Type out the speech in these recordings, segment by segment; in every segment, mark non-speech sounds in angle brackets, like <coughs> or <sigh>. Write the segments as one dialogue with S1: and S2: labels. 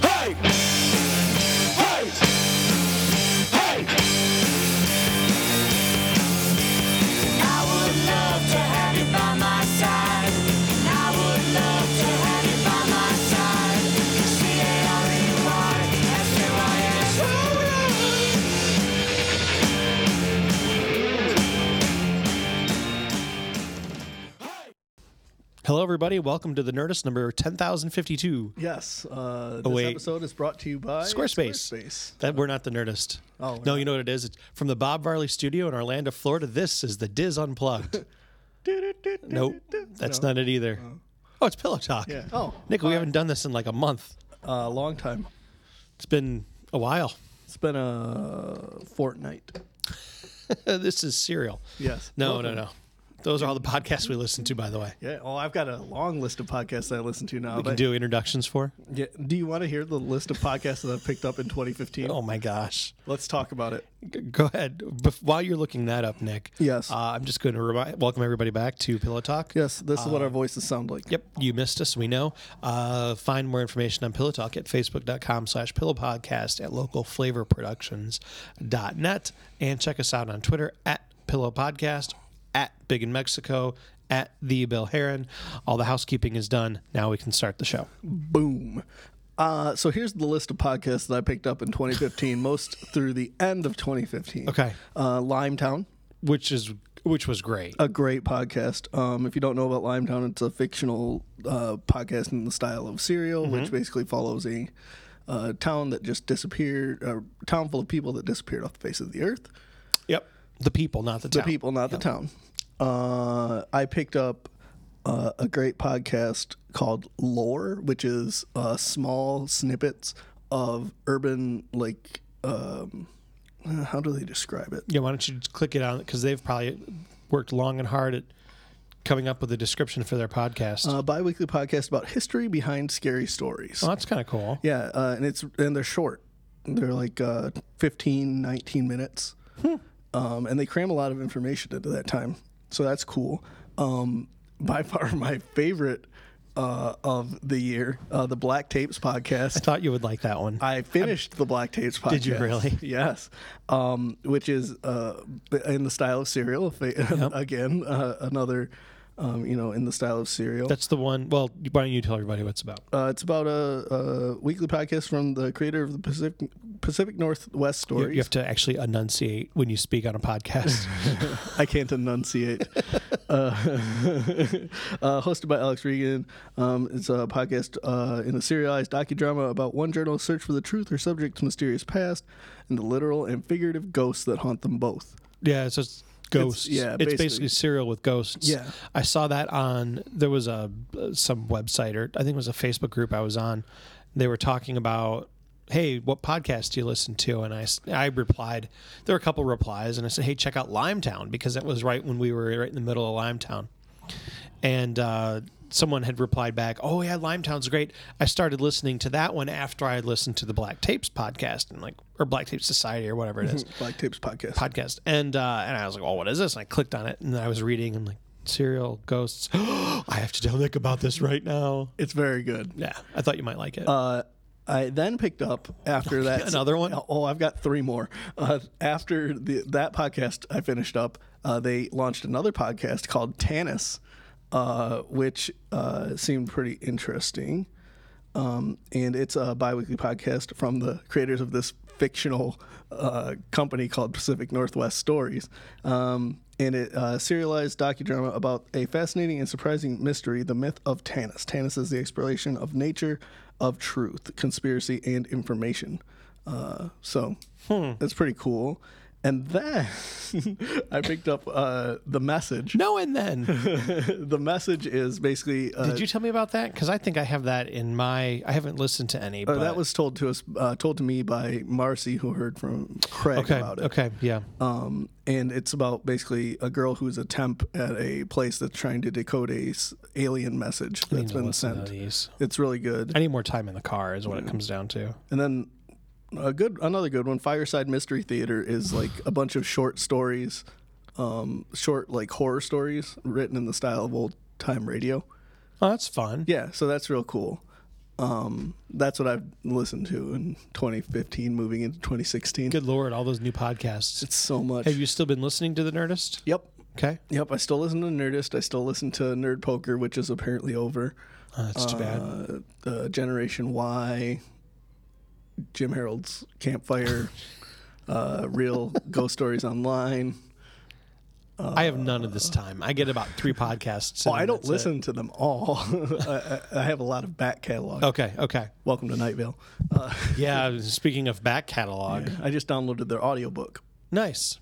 S1: Hey! Hey! Hey! I would love to have you by my side. I would love to have you by my side. C-A-R-E-Y, S-U-I-S. Alright.
S2: Hello, everybody. Welcome to the Nerdist number 10,052.
S3: Yes. Uh, this
S2: Oh, wait.
S3: episode is brought to you by
S2: Squarespace.
S3: Squarespace.
S2: That We're not the Nerdist.
S3: Oh, we're
S2: no, you know what it is? It's from the Bob Varley studio in Orlando, Florida. This is the Diz
S3: <laughs>
S2: Unplugged. nope, that's not it either. Oh, it's Pillow Talk.
S3: Yeah. Oh,
S2: Nick, we haven't done this in like a month.
S3: A uh, long time.
S2: It's been a while. <laughs>
S3: It's been a fortnight.
S2: this is serial.
S3: Yes.
S2: No, no, no. Those are all the podcasts we listen to, by the way.
S3: Yeah. Oh, I've got a long list of podcasts that I listen to now.
S2: We can
S3: but-
S2: do introductions for.
S3: Yeah, do you want to hear the list of podcasts that I picked up in 2015?
S2: Oh, my gosh.
S3: Let's talk about it.
S2: G- Go ahead. Bef- while you're looking that up, Nick.
S3: Yes.
S2: Uh, I'm just going to remind, welcome everybody back to Pillow Talk.
S3: Yes, this is what our voices sound like.
S2: Yep, you missed us. We know. Uh, find more information on Pillow Talk at facebook.com slash pillow podcast at localflavorproductions.net and check us out on Twitter at pillow podcast, at big in Mexico, at the Bill Heron. All the housekeeping is done. Now we can start the show.
S3: Boom. Uh, so here's the list of podcasts that I picked up in 2015, most through the end of 2015.
S2: Okay.
S3: Uh, Limetown,
S2: Which is which was great.
S3: a great podcast. Um, if you don't know about Limetown, it's a fictional uh, podcast in the style of Serial, which basically follows a uh, town that just disappeared, a town full of people that disappeared off the face of the earth.
S2: Yep. The people, not the,
S3: The
S2: town.
S3: people, not the town. Uh, I picked up uh, a great podcast called Lore, which is uh, small snippets of urban, like, um, uh, how do they describe it?
S2: Yeah, why don't you just click it on because they've probably worked long and hard at coming up with a description for their podcast.
S3: A bi weekly podcast about history behind scary stories.
S2: well, that's kind of cool.
S3: Yeah, uh, and it's and they're short. They're like uh, 15, 19 minutes.
S2: Hmm.
S3: Um, and they cram a lot of information into that time. So that's cool. Um, by far <laughs> my favorite uh, of the year, uh, the Black Tapes
S2: I
S3: podcast.
S2: thought you would like that one. <laughs>
S3: I finished the Black Tapes podcast.
S2: you really?
S3: <laughs> Yes. Um, which is uh, in the style of serial. <laughs> Again, uh, another, um, you know, in the style of serial.
S2: That's the one. Well, why don't you tell everybody what it's about?
S3: Uh, it's about a, a weekly podcast from the creator of the Pacific, Pacific Northwest
S2: You,
S3: Stories.
S2: you have to actually enunciate when you speak on a podcast.
S3: I can't enunciate. uh, <laughs> uh, hosted by Alex Regan. Um, it's a podcast uh, in a serialized docudrama about one journalist's search for the truth or subject's mysterious past and the literal and figurative ghosts that haunt them both.
S2: yeah, so it's ghosts.
S3: yeah,
S2: it's basically.
S3: basically.
S2: serial with ghosts.
S3: Yeah.
S2: I saw that on there was a some website or I think it was a Facebook group I was on. They were talking about. Hey, what podcast do you listen to? And I, s- I replied, there were a couple replies, and I said, hey, check out Limetown because that was right when we were right in the middle of Limetown. and uh, someone had replied back, "Oh yeah, Limetown's great." I started listening to that one after I had listened to the Black Tapes podcast and like or Black Tapes Society or whatever it is
S3: Black Tapes podcast.
S2: podcast, and uh, and I was like, "Oh, what is this?" And I clicked on it, and then I was reading and like serial ghosts. <gasps> I have to tell Nick about this right now.
S3: it's very good.
S2: Yeah, I thought you might like it.
S3: Uh, I then picked up
S2: <laughs>
S3: after that
S2: Another one?
S3: Oh, I've got three more. Uh, after the, that podcast, I finished up. Uh, they launched another podcast called Tanis, uh, which uh, seemed pretty interesting. Um, and it's a biweekly podcast from the creators of this fictional uh, company called Pacific Northwest Stories. Um, and it uh, serialized docudrama about a fascinating and surprising mystery, the myth of Tanis. Tanis is the exploration of nature, of
S2: Hmm.
S3: truth, conspiracy, and information. Uh, so that's pretty cool. And then <laughs> I picked up uh, the message.
S2: No, and
S3: <laughs>
S2: then
S3: The message is basically uh,
S2: did you tell me about that? Because I think I have that in my. I haven't listened to any.
S3: uh,
S2: but
S3: that was told to us, uh, told to me by Marcy, who heard from
S2: <laughs>
S3: Craig
S2: okay.
S3: about it.
S2: Okay, yeah.
S3: Um, and it's about basically a girl who's a temp at a place that's trying to decode a s- alien message that's
S2: to
S3: been
S2: listen to
S3: sent.
S2: these.
S3: It's really good.
S2: I need more time in the car. Is what it comes down to.
S3: And then a good another good one, Fireside Mystery Theater is like a bunch of short stories, um, short like horror stories written in the style of old time radio.
S2: Oh, that's fun.
S3: Yeah, so that's real cool. Um, that's what I've listened to in 2015, moving into 2016.
S2: Good lord, all those new podcasts.
S3: It's so much.
S2: have you still been listening to the Nerdist?
S3: Yep.
S2: Okay,
S3: Yep, I still listen to Nerdist. I still listen to Nerd Poker, which is apparently over.
S2: oh, that's too bad.
S3: Uh, uh, Generation Y, Jim Harold's
S2: <laughs>
S3: Campfire, uh, Real Ghost Stories Online.
S2: I have none of this time. I get about three podcasts.
S3: Oh,
S2: and
S3: Uh, I don't
S2: that's it.
S3: listen to them all. <laughs> I, I I have a lot of back catalog.
S2: Okay, okay.
S3: Welcome to Night Vale. Uh,
S2: Oh. Yeah, speaking of back catalog,
S3: I just downloaded their audiobook
S2: nice.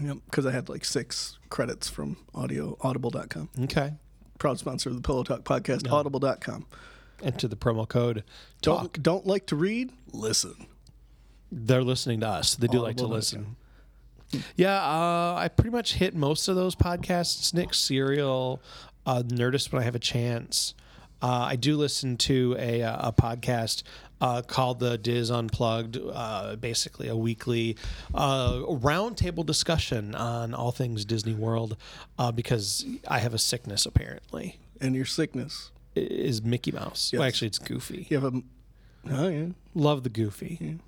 S3: because I had like six credits from audio audible.com.
S2: Okay,
S3: Proud sponsor of the Pillow Talk podcast, audible.com.
S2: enter the promo code.
S3: Don't,
S2: Talk.
S3: don't like to read? Listen.
S2: They're listening to us. They do like to
S3: Audible.com.
S2: listen. Yeah, uh, I pretty much hit most of those podcasts. Nick Serial, uh, Nerdist when I have a chance. Uh, I do listen to a, uh, a podcast uh, called the Diz Unplugged, uh, basically a weekly uh, roundtable discussion on all things Disney World, uh, because I have a sickness apparently.
S3: And your sickness.
S2: i- Is Mickey Mouse? Well,
S3: Yes.
S2: actually, it's Goofy.
S3: You have a. Oh, yeah.
S2: Love the Goofy.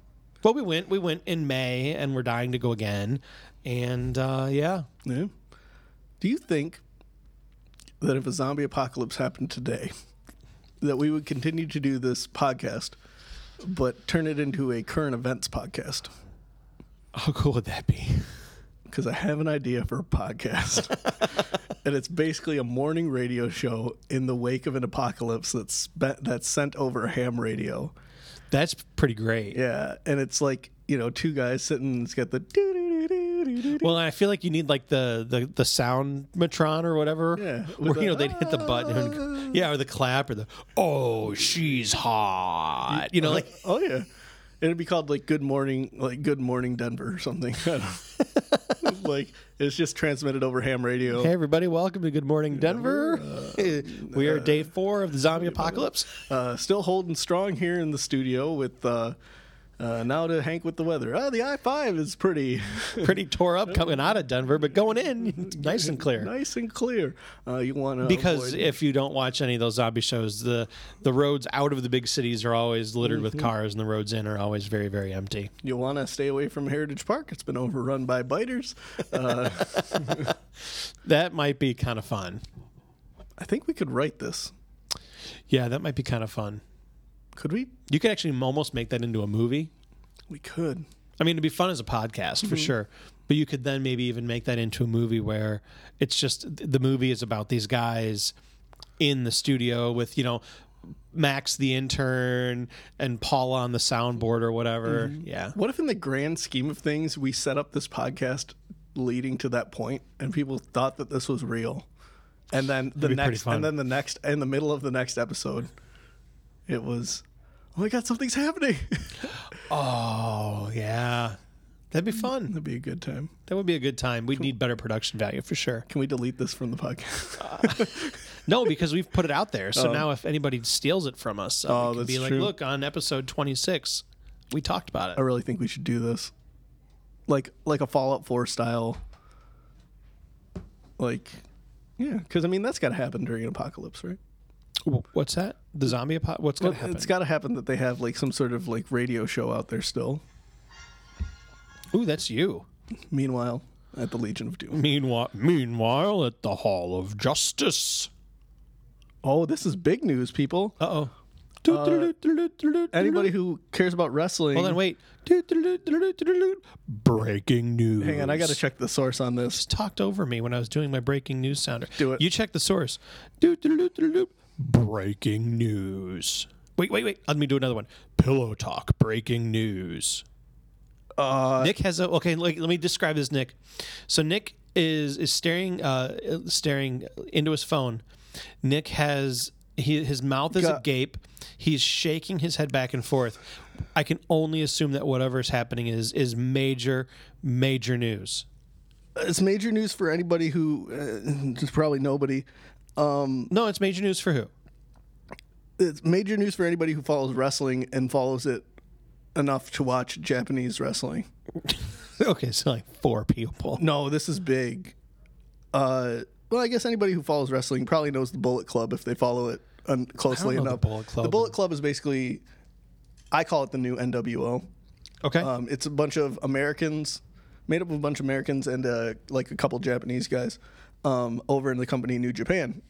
S2: Well, we went. We went in May, and we're dying to go again. And uh, yeah,
S3: Yeah. Do you think that if a zombie apocalypse happened today, that we would continue to do this podcast, but turn it into a current events podcast?
S2: how cool would that be?
S3: Because I have an idea for a podcast. and it's basically a morning radio show in the wake of an apocalypse that's spe- that's sent over ham radio.
S2: That's pretty great.
S3: Yeah, and it's like, you know, two guys sitting and it's got the doo doo doo doo doo doo.
S2: Well, I feel like you need like the the the sound matron or whatever.
S3: Yeah,
S2: Where
S3: with
S2: you know
S3: the-
S2: they'd hit the button. <laughs> And, yeah, or the clap or the oh she's hot. You know, <laughs> like
S3: <laughs> Oh yeah. It'd be called like Good Morning, like Good Morning Denver or something. <laughs> I don't <laughs> like it's just transmitted over ham radio.
S2: hey everybody, welcome to Good Morning Denver. <laughs> we are day four of the zombie <laughs> apocalypse.
S3: Uh, still holding strong here in the studio with uh, uh, now to Hank with the weather. Oh, the I five is pretty <laughs>
S2: Pretty tore up coming out of Denver, but going in <laughs> nice and clear.
S3: nice and clear. Uh, you want to
S2: because if you don't watch any of those zombie shows, the the roads out of the big cities are always littered with cars, and the roads in are always very very empty.
S3: you want to stay away from Heritage Park. It's been overrun by biters. Uh, <laughs>
S2: That might be kind of fun.
S3: I think we could write this.
S2: Yeah, that might be kind of fun.
S3: Could we?
S2: You could actually almost make that into a movie.
S3: We could.
S2: I mean, it'd be fun as a podcast for sure. But you could then maybe even make that into a movie where it's just the movie is about these guys in the studio with you know Max the intern and Paula on the soundboard or whatever. Yeah.
S3: What if, in the grand scheme of things, we set up this podcast leading to that point, and people thought that this was real, and then the
S2: be pretty
S3: next,
S2: fun.
S3: and then the next, in the middle of the next episode, it was, oh my god, something's happening. <laughs>
S2: Oh yeah. That'd be fun.
S3: That'd be a good time.
S2: That would be a good time. We'd need better production value for <laughs> sure.
S3: Can we delete this from the podcast?
S2: No, because we've put it out there. So now if anybody steals it from us, uh,
S3: Oh,
S2: we can
S3: that's
S2: be like,
S3: true.
S2: look, on episode 26, we talked about
S3: I
S2: it.
S3: really think we should do this, like like a Fallout Four style, like, yeah, because I mean that's got to happen during an apocalypse, right?
S2: Wh- What's that? The zombie apo- What's going to happen?
S3: It's got to happen that they have like some sort of like radio show out there still.
S2: Ooh, that's you.
S3: Meanwhile, at the Legion of Doom.
S2: Meanwhile, meanwhile at the Hall of Justice.
S3: Oh, this is big news, people.
S2: Uh-oh.
S3: Uh, Anybody who cares about wrestling.
S2: Hold on, wait. Breaking news.
S3: Hang on, I got to check the source on this.
S2: talked over me when I was doing my breaking news sounder.
S3: Do it.
S2: You check the source. Doo-doo-doo-doo-doo. Breaking news. Wait, wait, wait. Let me do another one. Pillow talk. Breaking news.
S3: Uh,
S2: Nick has a okay. Like, let me describe this, Nick. So Nick is is staring uh, staring into his phone. Nick has he, his mouth is
S3: Got-
S2: agape. He's shaking his head back and forth. I can only assume that whatever's happening is is major major news.
S3: It's major news for anybody who, uh, it's probably nobody.
S2: No, it's major news for
S3: <laughs>
S2: who?
S3: It's major news for anybody who follows wrestling and follows it enough to watch Japanese wrestling.
S2: okay, so like four people.
S3: No, this is big. Uh, well, I guess anybody who follows wrestling probably knows the Bullet Club if they follow it un- closely
S2: know the
S3: enough.
S2: Bullet Club.
S3: The Bullet Club is basically, I call it the new NWO.
S2: Okay,
S3: Um, it's a bunch of Americans, made up of a bunch of Americans and uh, like a couple Japanese guys um, over in the company New Japan.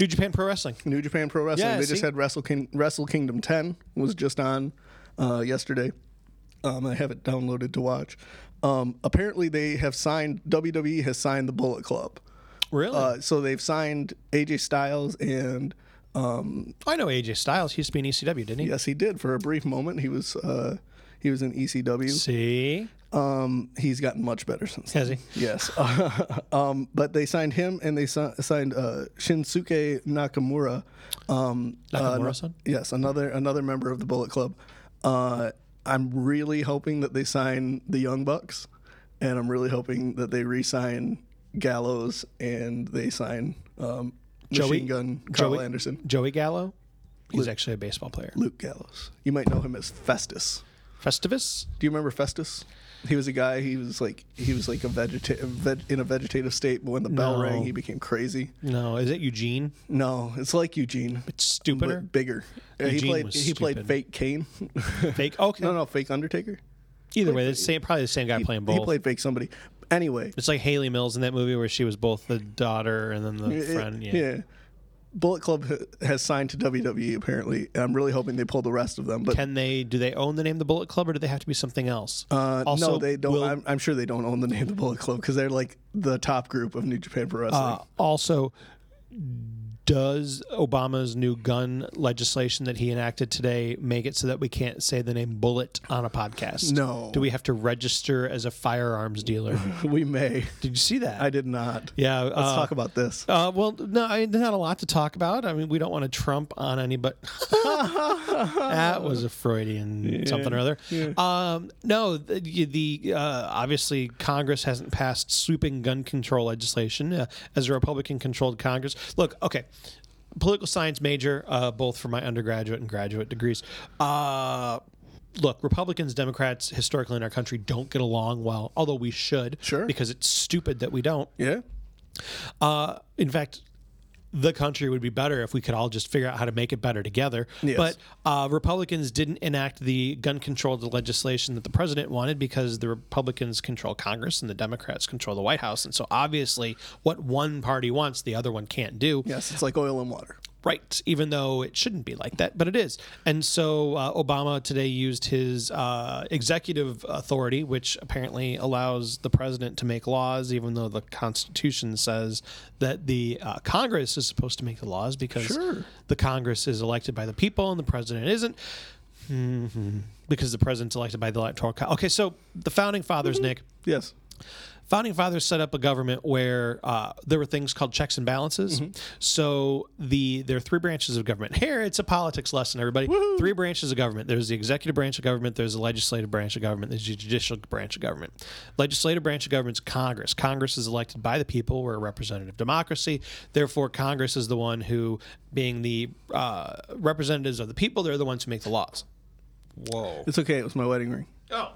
S2: New Japan Pro Wrestling.
S3: New Japan Pro Wrestling.
S2: Yeah,
S3: they just
S2: see?
S3: had Wrestle, King- Wrestle Kingdom 10 was just on uh, yesterday. Um, I have it downloaded to watch. Um, apparently, they have signed WWE has signed the Bullet Club.
S2: Really?
S3: Uh, so they've signed AJ Styles, and
S2: I know AJ Styles. He used to be in ECW, didn't he?
S3: yes, he did for a brief moment. He was uh, he was in ECW.
S2: See,
S3: He's gotten much better since. then.
S2: has he?
S3: Yes, <laughs> um, but they signed him, and they si- signed uh, Shinsuke Nakamura. Um, uh,
S2: Nakamura-san?
S3: yes, another another member of the Bullet Club. Uh, I'm really hoping that they sign the Young Bucks, and I'm really hoping that they re-sign Gallows and they sign um, Machine Gun Carl
S2: Joey,
S3: Anderson.
S2: Joey Gallo. He's actually a baseball player.
S3: Luke Gallows. You might know him as Festus.
S2: Festivus.
S3: Do you remember Festus? He was a guy. He was like he was like a vegeta- veg- in a vegetative state, but when the bell
S2: No.
S3: rang, he became crazy.
S2: No, is it Eugene?
S3: No, it's like Eugene,
S2: It's stupider.
S3: but bigger. Yeah, he
S2: Eugene
S3: played
S2: was
S3: he played
S2: stupid.
S3: fake Kane. <laughs>
S2: Fake. Okay.
S3: no, no, fake Undertaker.
S2: Either way, it's same, probably the same guy playing both.
S3: He played fake somebody. Anyway,
S2: it's like Haley Mills in that movie where she was both the daughter and then the
S3: it-
S2: friend. Yeah.
S3: uh, Bullet Club ha- has signed to WWE apparently, and I'm really hoping they pull the rest of them. But
S2: Can they? Do they own the name the Bullet Club, or do they have to be something else?
S3: uh, no, they don't.
S2: will-
S3: I'm, I'm sure they don't own the name of the Bullet Club because they're like the top group of New Japan Pro Wrestling.
S2: uh, also, does Obama's new gun legislation that he enacted today make it so that we can't say the name Bullet on a podcast?
S3: No.
S2: Do we have to register as a firearms
S3: <laughs>
S2: dealer?
S3: we may.
S2: Did you see that?
S3: I did not.
S2: Ah. Yeah.
S3: Let's
S2: uh,
S3: talk about this.
S2: Uh, well, no, I, there's not a lot to talk about. I mean, we don't want to trump on any, but <laughs> that was a Freudian something or other. Um, no, the, the uh, obviously Congress hasn't passed sweeping gun control legislation uh, as a Republican-controlled Congress. Look, okay. Political science major, uh, both for my undergraduate and graduate degrees. Uh, look, Republicans, Democrats, historically in our country, don't get along well, although we should,
S3: Sure.
S2: because it's stupid that we don't.
S3: yeah.
S2: Uh, in fact, the country would be better if we could all just figure out how to make it better together.
S3: Yes.
S2: But uh, Republicans didn't enact the gun control legislation that the president wanted because the Republicans control Congress and the Democrats control the White House. And so obviously, what one party wants, the other one can't do.
S3: Yes, it's like oil and water.
S2: Right, even though it shouldn't be like that, but it is. And so uh, Obama today used his uh, executive authority, which apparently allows the president to make laws, even though the Constitution says that the uh, Congress is supposed to make the laws because
S3: Sure.
S2: the Congress is elected by the people and the president isn't. Mhm. Because the president's elected by the electoral. Co- okay, so the founding fathers, Nick
S3: Yes.
S2: founding fathers set up a government where uh, there were things called checks and balances. So the there are three branches of government. Here, it's a politics lesson, everybody. Three branches of government. There's the executive branch of government. There's the legislative branch of government. There's the judicial branch of government. Legislative branch of government is Congress. Congress is elected by the people. We're a representative democracy. Therefore, Congress is the one who, being the uh, representatives of the people, they're the ones who make the laws. Whoa.
S3: It's okay. It was my wedding ring.
S2: Oh.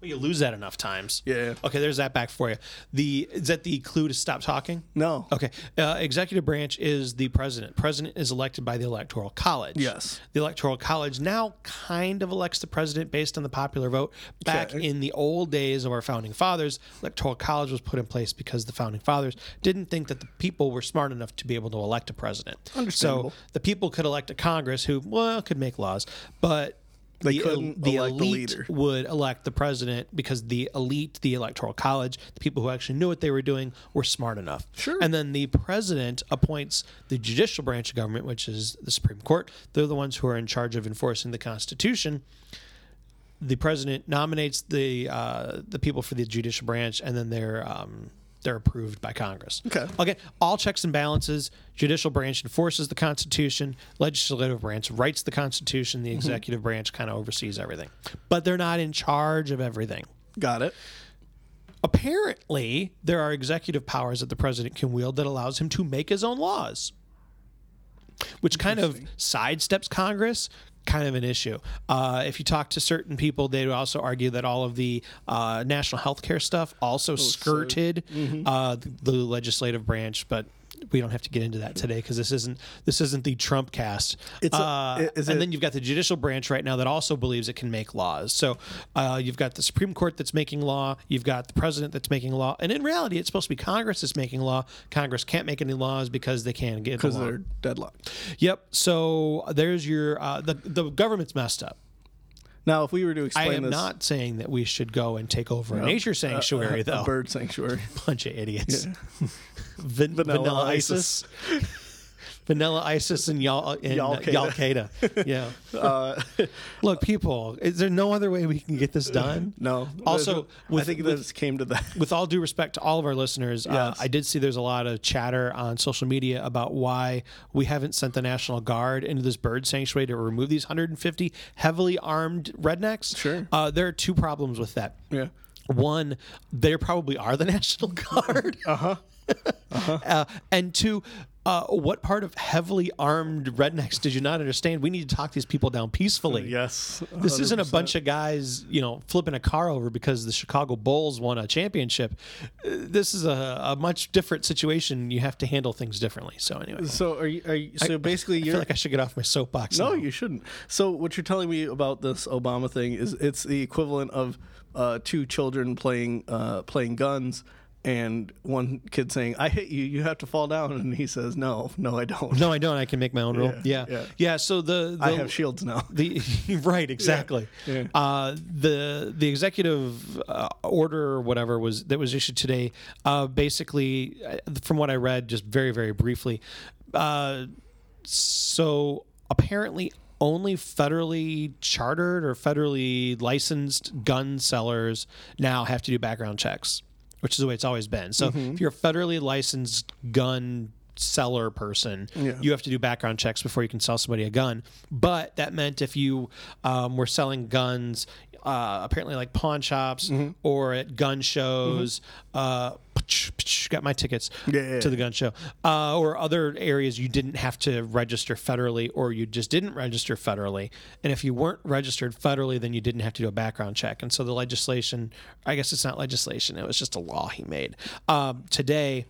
S2: Well, you lose that enough times.
S3: Yeah.
S2: Okay, there's that back for you. The is that the clue to stop talking?
S3: No.
S2: Okay. Uh, executive branch is the president. President is elected by the electoral college.
S3: Yes.
S2: The electoral college now kind of elects the president based on the popular vote. Back
S3: Okay.
S2: in the old days of our founding fathers, electoral college was put in place because the founding fathers didn't think that the people were smart enough to be able to elect a president.
S3: Understandable.
S2: So the people could elect a Congress who well could make laws, but
S3: They
S2: the,
S3: couldn't
S2: the
S3: elect the
S2: elite
S3: leader.
S2: would elect the president because the elite, the electoral college, the people who actually knew what they were doing were smart enough.
S3: Sure.
S2: And then the president appoints the judicial branch of government, which is the Supreme Court. They're the ones who are in charge of enforcing the Constitution. the president nominates the uh, the people for the judicial branch, and then they're um, they're approved by Congress.
S3: Okay.
S2: Again, all checks and balances. Judicial branch enforces the Constitution. Legislative branch writes the Constitution. The executive branch kind of oversees everything, but they're not in charge of everything.
S3: Got it.
S2: Apparently, there are executive powers that the president can wield that allows him to make his own laws, which kind of sidesteps Congress. Kind of an issue. Uh, if you talk to certain people, they would also argue that all of the uh, national health care stuff also
S3: Oh,
S2: skirted
S3: Mm-hmm.
S2: uh, the, the legislative branch, but we don't have to get into that today because this isn't this isn't the Trump cast.
S3: It's a-
S2: Uh,
S3: is
S2: and
S3: it-
S2: then you've got the judicial branch right now that also believes it can make laws. So uh, you've got the Supreme Court that's making law, you've got the president that's making law, and in reality, it's supposed to be Congress that's making law. Congress can't make any laws because they can't get
S3: Because
S2: along.
S3: they're deadlocked.
S2: Yep. So there's your uh, the the government's messed up.
S3: Now, if we were to
S2: I
S3: explain
S2: am
S3: this,
S2: not saying that we should go and take over a nature sanctuary,
S3: <laughs> a
S2: though. <laughs>
S3: bird sanctuary.
S2: Bunch of idiots. Van- vanilla,
S3: Vanilla
S2: ISIS.
S3: ISIS.
S2: <laughs> vanilla ISIS and y'all and uh,
S3: Y'all
S2: Y'all-Qaeda.
S3: <laughs>
S2: Yeah.
S3: Uh,
S2: Look, people, is there no other way we can get this done?
S3: <laughs> No.
S2: Also, with,
S3: I think
S2: with,
S3: this came
S2: <laughs>
S3: to that.
S2: with all due respect to all of our listeners, uh,
S3: Yes.
S2: I did see there's a lot of chatter on social media about why we haven't sent the National Guard into this bird sanctuary to remove these 150 heavily armed rednecks.
S3: Sure.
S2: Uh, there are two problems with that.
S3: Yeah.
S2: One, there probably are the <laughs> National
S3: <laughs>
S2: Guard. Uh-huh. <laughs> uh and two, uh, what part of heavily armed rednecks did you not understand? We need to talk these people down peacefully.
S3: <laughs> Uh, Yes.
S2: This isn't a bunch of guys, you know, flipping a car over because the Chicago Bulls won a championship. Uh, This is a, a much different situation. You have to handle things differently. So anyway,
S3: So are you? Are you so basically,
S2: I
S3: you're
S2: feel like I should get off my soapbox.
S3: No,
S2: now.
S3: you shouldn't. So what you're telling me about this Obama thing is it's the equivalent of uh, two children playing uh, playing guns. And one kid saying, "I hit you. You have to fall down." And he says, "No, no, I don't.
S2: no, I don't. I can make my own rule. Yeah,
S3: Yeah,
S2: yeah.
S3: yeah.
S2: so the, the
S3: <laughs> I have shields now." <laughs>
S2: <laughs> The right, exactly.
S3: yeah.
S2: Uh, the the executive uh, order or whatever was that was issued today, uh, basically, uh, from what I read, just very very briefly. Uh, so apparently, only federally chartered or federally licensed gun sellers now have to do background checks, which is the way it's always been. So
S3: Mm-hmm.
S2: if you're a federally licensed gun seller person,
S3: Yeah.
S2: you have to do background checks before you can sell somebody a gun. But that meant if you um, were selling guns, uh, apparently like pawn shops
S3: Mm-hmm.
S2: or at gun shows, uh, pch, pch, got my tickets
S3: Yeah.
S2: to the gun show, uh, or other areas you didn't have to register federally or you just didn't register federally. And if you weren't registered federally, then you didn't have to do a background check. And so the legislation, I guess it's not legislation, it was just a law he made. Um, today,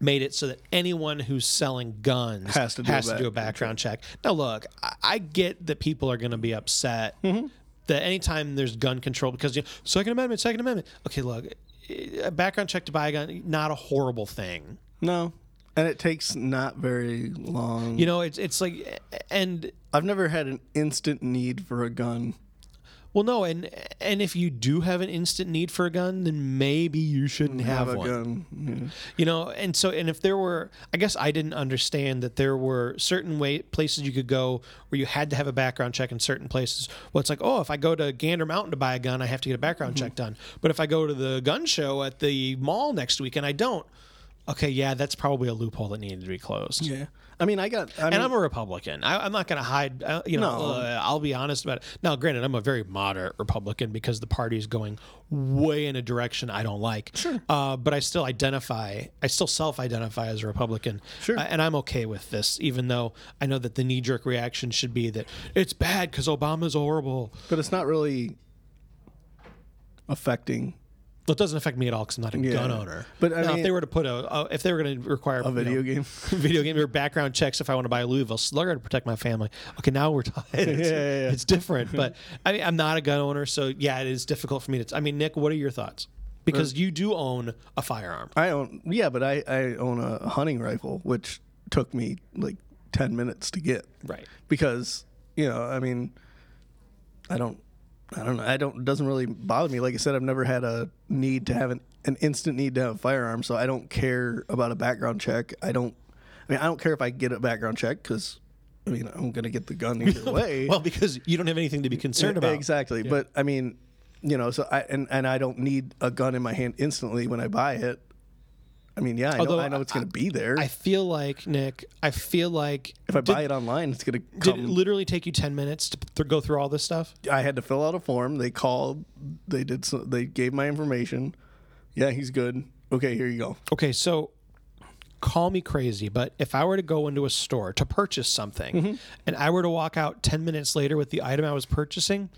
S2: made it so that anyone who's selling guns
S3: Has to do a back-
S2: background check. Now, look, I, I get that people are going to be upset
S3: Mm-hmm.
S2: that anytime there's gun control because you know, Second Amendment, Second Amendment. Okay, look, eh, a background check to buy a gun, not a horrible thing.
S3: No, and it takes not very long.
S2: You know, it's it's like, and
S3: I've never had an instant need for a gun.
S2: well, no, and and if you do have an instant need for a gun, then maybe you shouldn't have,
S3: Have a
S2: one.
S3: gun. Yeah.
S2: you know and so and if there were i guess i didn't understand that there were certain way places you could go where you had to have a background check in certain places well it's like oh if i go to gander mountain to buy a gun i have to get a background
S3: Mm-hmm.
S2: check done but if i go to the gun show at the mall next week and i don't okay yeah that's probably a loophole that needed to be closed
S3: Yeah. I mean, I got. I mean,
S2: and I'm a Republican. I, I'm not going to hide. Uh, you know,
S3: No.
S2: uh, I'll be honest about it. Now, granted, I'm a very moderate Republican because the party is going way in a direction I don't like. Sure. Uh, but I still identify. I still self-identify as a Republican.
S3: Sure.
S2: Uh, and I'm okay with this, even though I know that the knee-jerk reaction should be that it's bad because Obama's horrible.
S3: but it's not really affecting
S2: Well, it doesn't affect me at all because I'm not a
S3: Yeah.
S2: gun owner.
S3: But, I
S2: now, if
S3: mean-
S2: they were to put a, a if they were going to require
S3: a video
S2: <laughs>
S3: game.
S2: video game or background checks if I want to buy a Louisville Slugger to protect my family. Okay, now we're talking. It's,
S3: <laughs> Yeah, yeah, yeah.
S2: it's different, but I mean, I'm not a gun owner, so yeah, it is difficult for me to. I mean, Nick, what are your thoughts? Because you do own a firearm.
S3: I own yeah, but I, I own a hunting rifle, which took me like ten minutes to get.
S2: Right.
S3: Because, you know, I mean I don't I don't know. I don't it doesn't really bother me. Like I said, I've never had a need to have an, an instant need to have a firearm, so I don't care about a background check. I don't I mean I don't care if I get a background check because I mean, I'm going to get the gun
S2: <laughs>
S3: either way.
S2: Well, because you don't have anything to be concerned about.
S3: E, Exactly. But I mean, you know, so I and, and I don't need a gun in my hand instantly when I buy it. I mean, yeah, I
S2: Although
S3: know, I know it's going to be there.
S2: I feel like Nick. I feel like
S3: if I buy it online, it's going to
S2: did it
S3: come.
S2: literally take you ten minutes to th- go through all this stuff?
S3: I had to fill out a form. They called. They did. Some, they gave my information. Yeah, he's good. Okay, here you go.
S2: Okay, so call me crazy, but if I were to go into a store to purchase something and I were to walk out 10 minutes later with the item I was purchasing,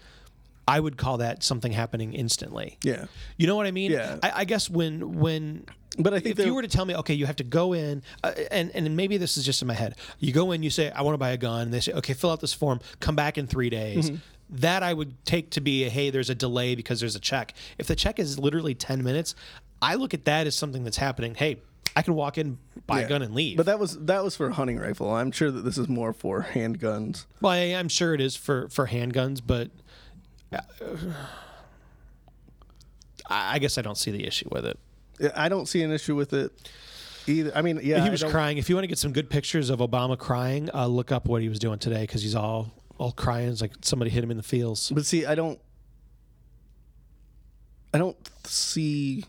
S2: I would call that something happening instantly.
S3: Yeah,
S2: You know what I mean?
S3: Yeah.
S2: I, I guess when when
S3: but I think
S2: if
S3: there-
S2: you were to tell me, okay, you have to go in, uh, and and maybe this is just in my head. You go in, you say, I want to buy a gun. And they say, okay, fill out this form, come back in three days.
S3: Mm-hmm.
S2: That I would take to be, hey, there's a delay because there's a check. If the check is literally ten minutes, I look at that as something that's happening. Hey, I can walk in, buy
S3: Yeah.
S2: a gun, and leave.
S3: But that was that was for a hunting rifle. I'm sure that this is more for handguns.
S2: well, I, am sure it is for for handguns, but. uh, I I guess I don't see the issue with it.
S3: I don't see an issue with it either. I mean, yeah,
S2: he
S3: I
S2: was
S3: don't-
S2: crying. If you want to get some good pictures of Obama crying, uh, look up what he was doing today because he's all all crying. It's like somebody hit him in the feels.
S3: But see, I don't. I don't see.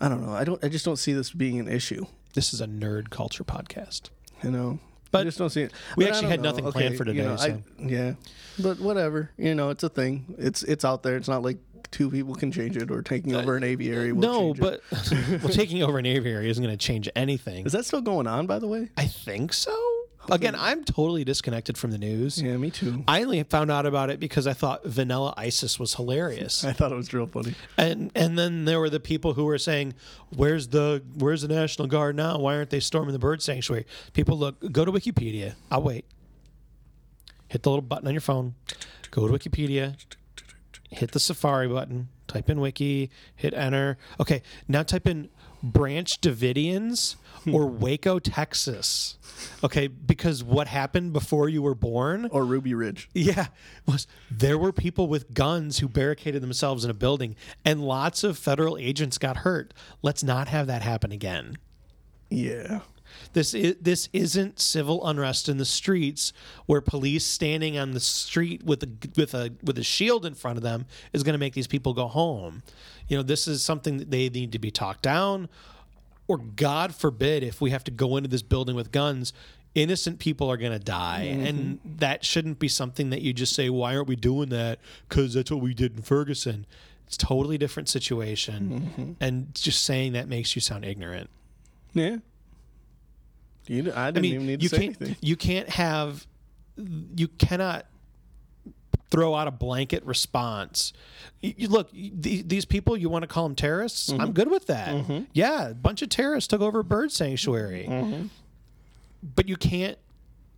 S3: I don't know. I don't. I just don't see this being an issue.
S2: This is a nerd culture podcast.
S3: You know.
S2: But
S3: I just don't see it.
S2: we
S3: But I
S2: actually
S3: don't
S2: had
S3: know.
S2: nothing planned for
S3: you know,
S2: today,
S3: I- yeah, but whatever. You know, it's a thing. It's it's out there. It's not like two people can change it or taking over an aviary. Will
S2: no,
S3: change it.
S2: but <laughs> well, taking over an aviary isn't going to change anything.
S3: is that still going on? By the way.
S2: I think so. Again, I'm totally disconnected from the news.
S3: Yeah, me too.
S2: I only found out about it because I thought Vanilla ISIS was hilarious,
S3: I thought it was real funny.
S2: and and then there were the people who were saying, "Where's the Where's the National Guard now? Why aren't they storming the bird sanctuary?" People, look, go to Wikipedia. I'll wait. hit the little button on your phone, go to Wikipedia, hit the Safari button, type in wiki, hit enter. Okay, now type in Branch Davidians or Waco, Texas. Okay, because what happened before you were born?
S3: Or Ruby Ridge. <laughs>
S2: Yeah, was there were people with guns who barricaded themselves in a building and lots of federal agents got hurt. Let's not have that happen again.
S3: Yeah.
S2: This is this isn't civil unrest in the streets where police standing on the street with a with a with a shield in front of them is going to make these people go home. You know, this is something that they need to be talked down or god forbid if we have to go into this building with guns innocent people are going to die and that shouldn't be something that you just say why aren't we doing that cuz that's what we did in Ferguson. It's a totally different situation and just saying that makes you sound ignorant.
S3: Yeah. You, d- I didn't
S2: I mean,
S3: even need to
S2: you
S3: say
S2: can't
S3: anything.
S2: you can't have you cannot throw out a blanket response. You, you- look, you- the- these people you want to call them terrorists.
S3: Mm-hmm.
S2: I'm good with that. Yeah, a bunch of terrorists took over a bird sanctuary,
S3: Mm-hmm.
S2: but you can't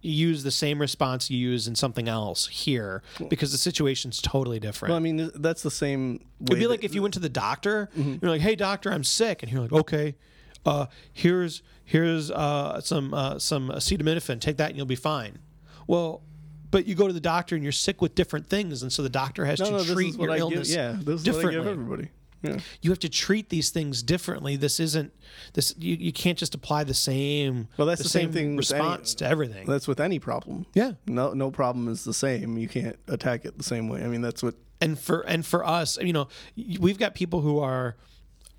S2: use the same response you use in something else here because the situation's totally different.
S3: Well, I mean, th- that's the same. Way
S2: It'd be
S3: that- Mm-hmm.
S2: like if you went to the doctor. You're like, "Hey, doctor, I'm sick," and you're like, "Okay, uh, here's here's uh, some uh, some acetaminophen. Take that, and you'll be fine." Well, but you go to the doctor and you're sick with different things, and so the doctor has
S3: no,
S2: to
S3: no, this
S2: treat
S3: is what
S2: your
S3: I give.
S2: illness
S3: Yeah, this is what I give
S2: differently.
S3: everybody. Yeah.
S2: You have to treat these things differently. This isn't this. You, you can't just apply the same.
S3: Well, that's the same thing with any-
S2: response to everything.
S3: That's with any problem.
S2: Yeah.
S3: No, no problem is the same. You can't attack it the same way. I mean, that's what.
S2: and for and for us, you know, y- we've got people who are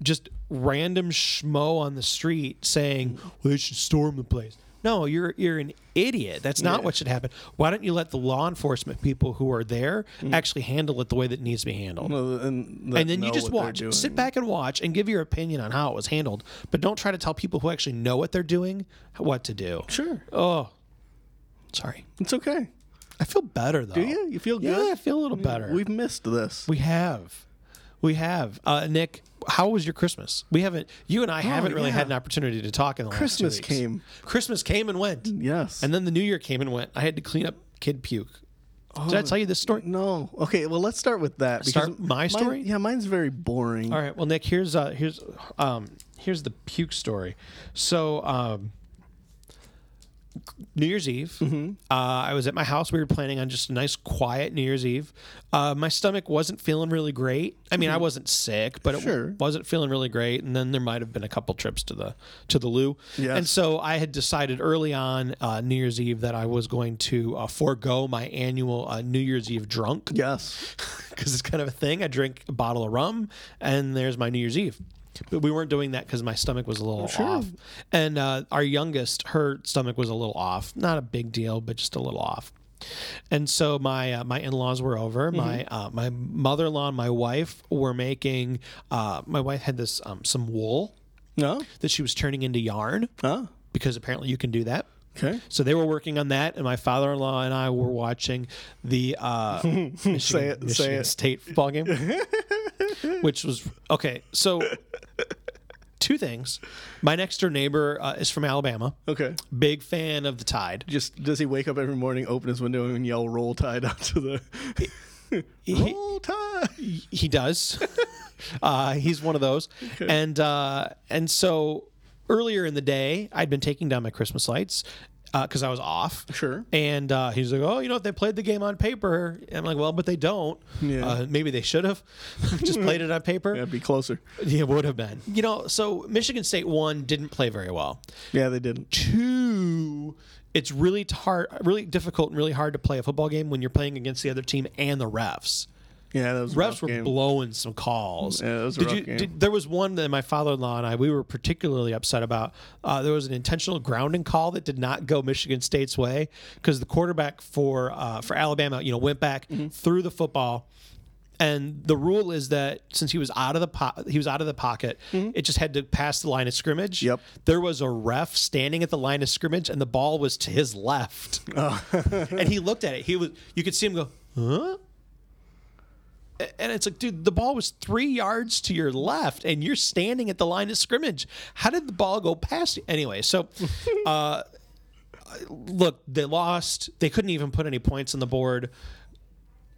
S2: just random schmo on the street saying, "Well, they should storm the place." No, you're you're an idiot. That's not what should happen. Why don't you let the law enforcement people who are there actually handle it the way that it needs to be handled?
S3: well, And,
S2: and then you just watch, sit
S3: Sit
S2: back and watch, and give your opinion on how it was handled. But don't try to tell people who actually know what they're doing what to do.
S3: Sure,
S2: Oh, sorry.
S3: it's okay.
S2: I feel better though. Do
S3: you? You feel
S2: Oh. Yeah,
S3: good?
S2: I feel Mm. a little better.
S3: We've missed this.
S2: We have. We have. Uh, Nick, how was your Christmas? We haven't. You and I haven't really
S3: Oh, yeah.
S2: had an opportunity to talk in the
S3: Christmas
S2: last two weeks.
S3: came.
S2: Christmas came and went,
S3: yes.
S2: and then the New Year came and went. I had to clean up kid puke. Did
S3: Oh.
S2: I tell you this story?
S3: no. Okay. Well, let's start with that. because
S2: Start my
S3: mine-
S2: story?
S3: yeah, mine's very boring.
S2: All right. Well, Nick, here's uh, here's um, here's the puke story. So um, New Year's Eve.
S3: Mm-hmm.
S2: Uh, I was at my house. We were planning on just a nice, quiet New Year's Eve. Uh, my stomach wasn't feeling really great. I mean, I wasn't sick, but it w-
S3: Mm-hmm. Sure.
S2: wasn't feeling really great. And then there might have been a couple trips to the to the loo.
S3: Yes.
S2: And so I had decided early on uh, New Year's Eve that I was going to uh, forego my annual uh, New Year's Eve drunk
S3: Yes.
S2: because it's kind of a thing. I drink a bottle of rum, and there's my New Year's Eve. But we weren't doing that because my stomach was a little off, and uh, our youngest, her stomach was a little off. Not a big deal, but just a little off. And so my uh, my in laws were over. My uh, my mother in law and my wife were making. Uh, my wife had this um, some wool
S3: No.
S2: that she was turning into yarn
S3: Oh.
S2: because apparently you can do that.
S3: Okay.
S2: So they were working on that, and my father-in-law and I were watching the
S3: <laughs>
S2: uh, Michigan,
S3: it, say
S2: Michigan
S3: it.
S2: State football game,
S3: <laughs>
S2: which was okay. So two things: my next door neighbor uh, is from Alabama,
S3: Okay.
S2: big fan of the Tide.
S3: Just does he wake up every morning, open his window, and yell "Roll Tide" out to the <laughs> Roll Tide?
S2: He
S3: <laughs>
S2: does. uh, he's one of those, and uh, and so earlier in the day, I'd been taking down my Christmas lights because I was off.
S3: Sure.
S2: And uh, he's like, "Oh, you know, if they played the game on paper." I'm like, "Well, but they don't.
S3: Yeah.
S2: Uh, maybe they should have <laughs> just played it on paper.
S3: That'd be closer.
S2: <laughs> Yeah, would have been. You know, so Michigan State one didn't play very well.
S3: Yeah, they didn't.
S2: Two, it's really hard, really difficult, and really hard to play a football game when you're playing against the other team and the refs.
S3: Yeah, that was a
S2: Refs
S3: rough
S2: were
S3: game.
S2: blowing some calls.
S3: Yeah, that was a
S2: did
S3: rough
S2: you,
S3: game.
S2: Did, there was one that my father-in-law and I we were particularly upset about. Uh, there was an intentional grounding call that did not go Michigan State's way because the quarterback for uh, for Alabama, you know, went back
S3: Mm-hmm.
S2: threw the football. And the rule is that since he was out of the po- he was out of the pocket, it just had to pass the line of scrimmage.
S3: Yep.
S2: There was a ref standing at the line of scrimmage, and the ball was to his left. and he looked at it. He was you could see him go, huh? and it's like, dude, the ball was three yards to your left, and you're standing at the line of scrimmage. How did the ball go past you? Anyway, so uh, look, they lost. They couldn't even put any points on the board,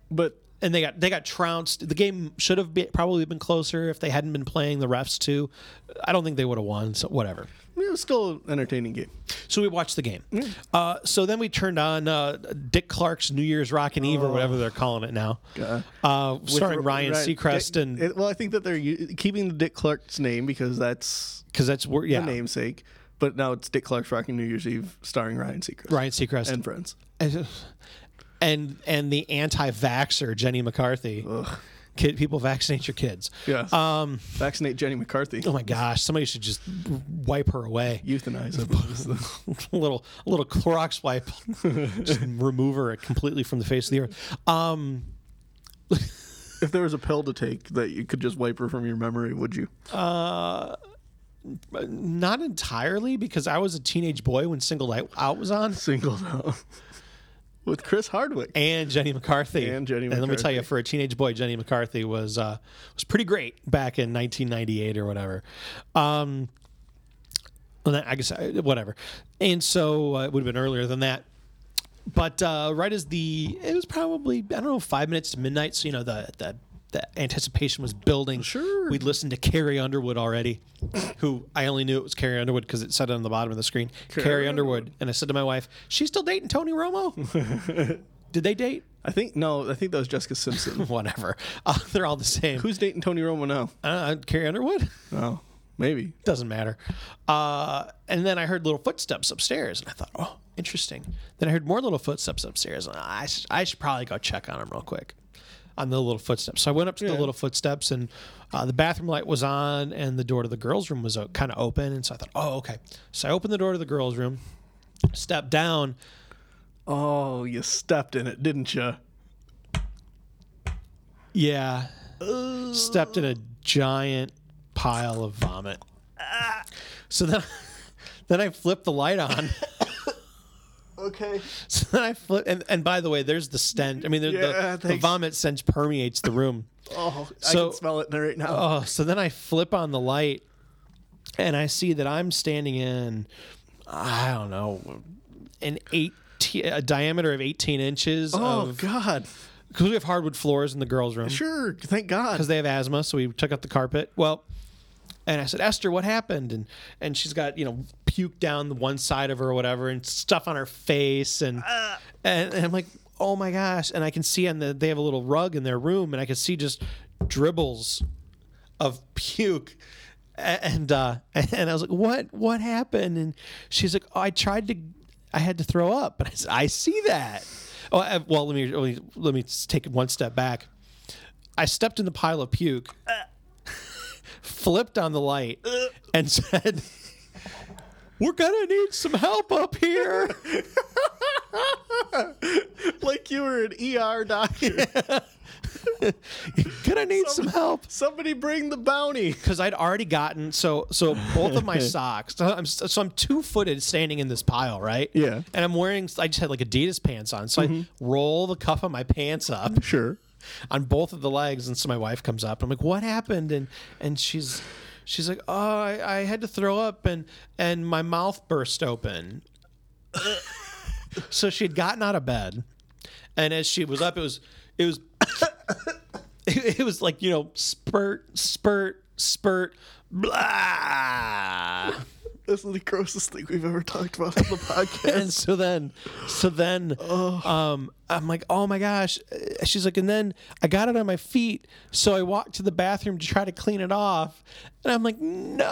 S3: but
S2: and they got they got trounced. The game should have been, probably been closer if they hadn't been playing the refs too. I don't think they would have won. So whatever.
S3: it was still an entertaining game.
S2: So we watched the game.
S3: Mm.
S2: Uh, so then we turned on uh, Dick Clark's New Year's Rockin' Eve or whatever they're calling it now, uh, starring
S3: Oh. With-
S2: Ryan
S3: right,
S2: Seacrest
S3: Dick-
S2: and
S3: it- well, I think that they're u- keeping the Dick Clark's name because that's
S2: because that's where yeah.
S3: the namesake. But now it's Dick Clark's Rocking New Year's Eve, starring Ryan Seacrest
S2: Ryan Seacrest
S3: and friends.
S2: and <laughs> and, and the anti-vaxxer Jenny McCarthy. Kid, people vaccinate your kids.
S3: Yeah. Um, Vaccinate Jenny McCarthy.
S2: Oh my gosh, somebody should just wipe her away.
S3: Euthanize. I
S2: <laughs>
S3: believe is the-
S2: a little a little Clorox wipe, <laughs> just remove her completely from the face of the earth. Um,
S3: <laughs> if there was a pill to take that you could just wipe her from your memory, would you?
S2: not entirely because I was a teenage boy when Single Out- Out was on.
S3: Singled out <laughs> with Chris Hardwick.
S2: and Jenny McCarthy.
S3: And Jenny
S2: And let me tell you,
S3: McCarthy.
S2: for a teenage boy, Jenny McCarthy was uh, was pretty great back in 1998 or whatever. Um, well, I guess I, whatever. And so uh, it would have been earlier than that. But uh, right as the it was probably I don't know five minutes to midnight, so you know the the, the anticipation was building.
S3: Sure.
S2: we'd listened to Carrie Underwood already, who I only knew it was Carrie Underwood because it said it on the bottom of the screen. Carrie, Underwood, and I said to my wife, "She's still dating Tony Romo? <laughs> Did they date?
S3: I think no. I think that was
S2: <laughs>
S3: Jessica Simpson.
S2: Whatever. Uh, they're all the same.
S3: Who's dating Tony Romo now?
S2: uh, Carrie Underwood?
S3: Oh, maybe.
S2: Doesn't matter. Uh, and then I heard little footsteps upstairs, and I thought, oh, interesting. Then I heard more little footsteps upstairs, and I, sh- I should probably go check on them real quick on the little footsteps. So I went up to the little footsteps, and uh, the bathroom light was on, and the door to the girls' room was kind of open. And so I thought, oh, okay. So I opened the door to the girls' room, stepped down,
S3: Oh, you stepped in it, didn't you?
S2: Yeah. Stepped in a giant pile of vomit. So then, <laughs> then I flipped the light on.
S3: Okay.
S2: So then I flip, and, and by the way, there's the stench. I mean, the, the-
S3: Yeah,
S2: the,
S3: thanks.
S2: vomit stench permeates the
S3: <laughs>
S2: room.
S3: Oh, I
S2: So-
S3: can smell it in there right now.
S2: Oh, so then I flip on the light, and I see that I'm standing in, I don't know, an eight a diameter of 18 inches
S3: oh
S2: of
S3: God.
S2: because we have hardwood floors in the girls' room.
S3: Sure. Thank God.
S2: because they have asthma, so we took out the carpet. Well, And I said, Esther, what happened? And and she's got you know puke down the one side of her or whatever, and stuff on her face, and and, and I'm like, oh my gosh! And I can see on the they have a little rug in their room, and I can see just dribbles of puke. A- And uh, <laughs> and I was like, what what happened? And she's like, oh, I tried to, I had to throw up. And I said, I see that. Oh, I- well, let me let me let me take one step back. I stepped in the pile of puke, flipped on the light, and said, "We're gonna need some help up here."
S3: like you were an ER doctor.
S2: <laughs> gonna need some help.
S3: Somebody bring the bounty.
S2: because I'd already gotten so so both of my socks. So I'm so I'm two footed standing in this pile, right?
S3: Yeah.
S2: And I'm wearing I just had like Adidas pants on, so I roll the cuff of my pants up
S3: Sure.
S2: on both of the legs, and so my wife comes up. I'm like, "What happened?" And and she's she's like, "Oh, I, I had to throw up, and and my mouth burst open." so she had gotten out of bed, and as she was up, it was it was <coughs> it, it was like you know spurt spurt spurt blah
S3: This is the grossest thing we've ever talked about <laughs> on the
S2: <laughs>
S3: podcast.
S2: and so then so then um i'm like oh my gosh Uh, she's like and then i got it on my feet so i walked to the bathroom to try to clean it off and i'm like no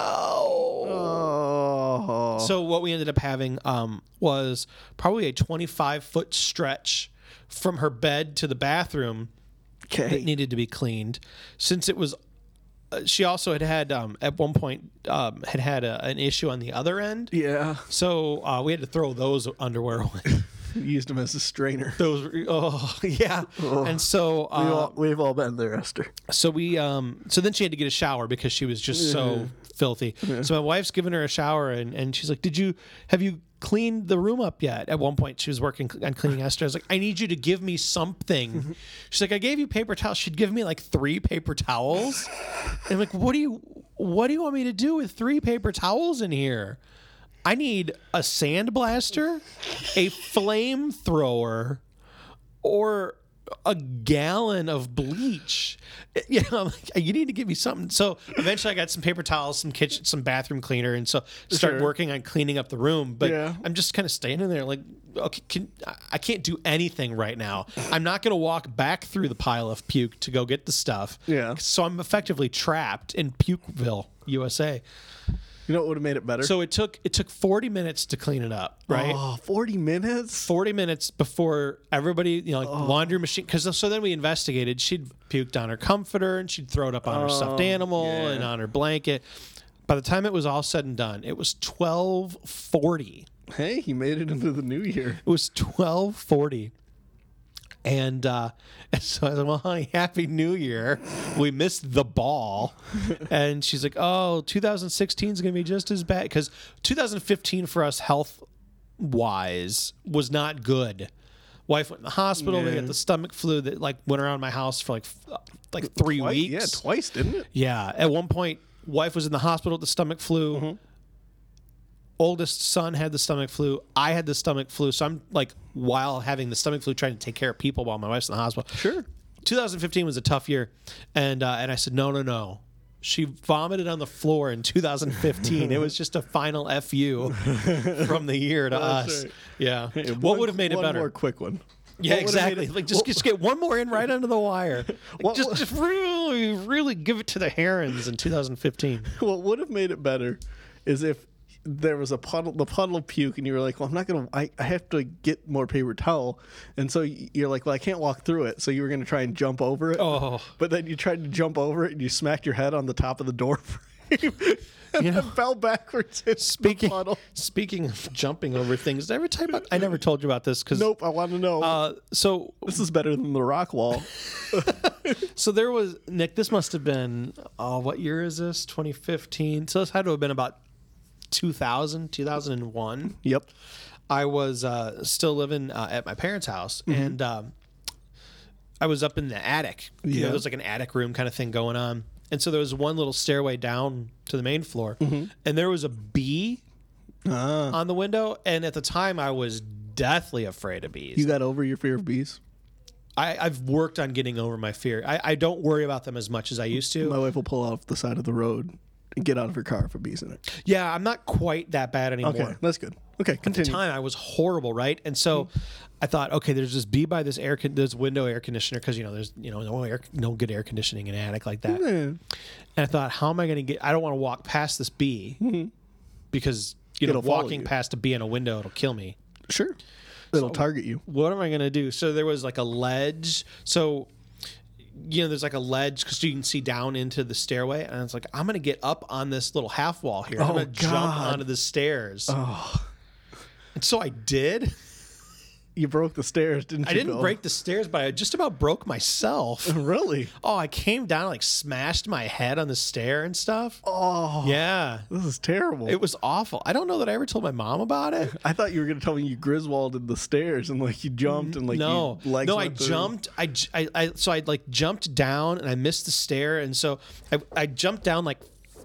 S3: oh.
S2: so what we ended up having um was probably a 25 foot stretch from her bed to the bathroom that
S3: Okay.
S2: needed to be cleaned since it was uh, she also had had um, at one point um, had had a, an issue on the other end
S3: Yeah.
S2: so uh, we had to throw those underwear <laughs> away
S3: Used him as a strainer.
S2: those were- oh <laughs> yeah and so uh,
S3: We've all, we've all been there, Esther.
S2: so we um so then she had to get a shower because she was just so filthy so my wife's giving her a shower and and she's like did you have you cleaned the room up yet at one point she was working cl- on cleaning esther i was like i need you to give me something she's like i gave you paper towels she'd give me like three paper towels and i'm like what do you what do you want me to do with three paper towels in here i need a sand blaster a flamethrower or a gallon of bleach. <laughs> You know, I'm like, you need to give me something. So eventually, I got some paper towels, some kitchen, some bathroom cleaner, and so started
S3: Sure.
S2: working on cleaning up the room. But
S3: Yeah.
S2: I'm just kind of standing there, like, okay, can, I- I can't do anything right now. I'm not going to walk back through the pile of puke to go get the stuff.
S3: Yeah.
S2: So I'm effectively trapped in Pukeville, USA.
S3: You know what would have made it better?
S2: So it took it took 40 minutes to clean it up, right?
S3: Oh, 40 minutes?
S2: 40 minutes before everybody, you know, like
S3: Oh.
S2: laundry machine. Because so then we investigated. She'd puked on her comforter and she'd throw it up on her stuffed
S3: Oh,
S2: animal and on her blanket. By the time it was all said and done, it was 1240.
S3: Hey, he made it into the new year.
S2: It was 1240. And, uh, <laughs> and so I said, well, honey, happy new year. We missed the
S3: <laughs>
S2: ball. and she's like, oh, 2016 is going to be just as bad. Because 2015 for us health wise was not good. Wife went in the hospital. They got the stomach flu that like went around my house for like f- like three
S3: Twice,
S2: weeks.
S3: Yeah, twice, didn't it?
S2: Yeah. At one point, wife was in the hospital with the stomach flu.
S3: Mm-hmm.
S2: Oldest son had the stomach flu. I had the stomach flu. So I'm like, while having the stomach flu, trying to take care of people while my wife's in the hospital.
S3: Sure.
S2: 2015 was a tough year, and uh, and I said, no, no, no. She vomited on the floor in 2015. it was just a final fu
S3: <laughs>
S2: from the year to us.
S3: right.
S2: Yeah.
S3: One-
S2: what would have made it
S3: one
S2: better?
S3: more quick one.
S2: Yeah,
S3: What would have made
S2: exactly.
S3: it-
S2: like just, just get one more in right under the
S3: <laughs>
S2: wire. Like,
S3: What-
S2: just, just really, really give it to the herons in
S3: <laughs>
S2: 2015.
S3: what would have made it better is if there was a puddle, the puddle of puke, and you were like, "Well, I'm not gonna. I, I have to get more paper towel," and so y- you're like, "Well, I can't walk through it," so you were gonna try and jump over it.
S2: Oh.
S3: but then you tried to jump over it, and you smacked your head on the top of the door <laughs> frame, and
S2: You know,
S3: then fell backwards into
S2: Speaking,
S3: the puddle.
S2: speaking of jumping over things, did I ever tell you about? I never told you about this because
S3: Nope, I want to know.
S2: Uh, so
S3: this is better than the rock
S2: <laughs>
S3: wall.
S2: so there was Nick. This must have been uh, what year is this? 2015. So this had to have been about 2000, 2001.
S3: yep.
S2: I was uh, still living uh, at my parents' house,
S3: Mm-hmm.
S2: and um, I was up in the attic. You know,
S3: Yeah.
S2: there was like an attic room kind of thing going on, and so there was one little stairway down to the main floor,
S3: Mm-hmm.
S2: and there was a bee
S3: Ah.
S2: on the window. And at the time, I was deathly afraid of bees.
S3: You got over your fear of bees.
S2: I, I've worked on getting over my fear. I, I don't worry about them as much as I used to.
S3: My wife will pull off the side of the road get out of your car if a bee's in it.
S2: Yeah, I'm not quite that bad anymore.
S3: Okay, that's good. Okay,
S2: the
S3: continue.
S2: <laughs> time I was horrible, right? And so
S3: Mm-hmm.
S2: I thought, okay, there's this bee by this air con- this window air conditioner because you know there's you know no air no good air conditioning in an attic like that. And I thought, how am I going to get? I don't want to walk past this bee because you
S3: Mm-hmm. It'll
S2: know
S3: follow
S2: walking
S3: you.
S2: past a bee in a window it'll kill me.
S3: Sure, it'll target you.
S2: What am I going to do? So there was like a ledge. So you know there's like a ledge because you can see down into the stairway and it's like i'm gonna get up on this little half wall here i'm
S3: Oh,
S2: gonna jump
S3: God.
S2: onto the stairs oh. and so i did
S3: You broke the stairs, didn't you?
S2: I didn't
S3: Bill?
S2: break the stairs, but I just about broke myself.
S3: <laughs> Really?
S2: oh, I came down like smashed my head on the stair and stuff.
S3: Oh,
S2: Yeah.
S3: this is terrible.
S2: It was awful. I don't know that I ever told my mom about it.
S3: I thought you were gonna tell me you Griswolded the stairs and like you jumped and <laughs> like
S2: No,
S3: you legs
S2: no, I
S3: went through.
S2: jumped. I, j- I- I- so I like jumped down and I missed the stair, and so I, I jumped down like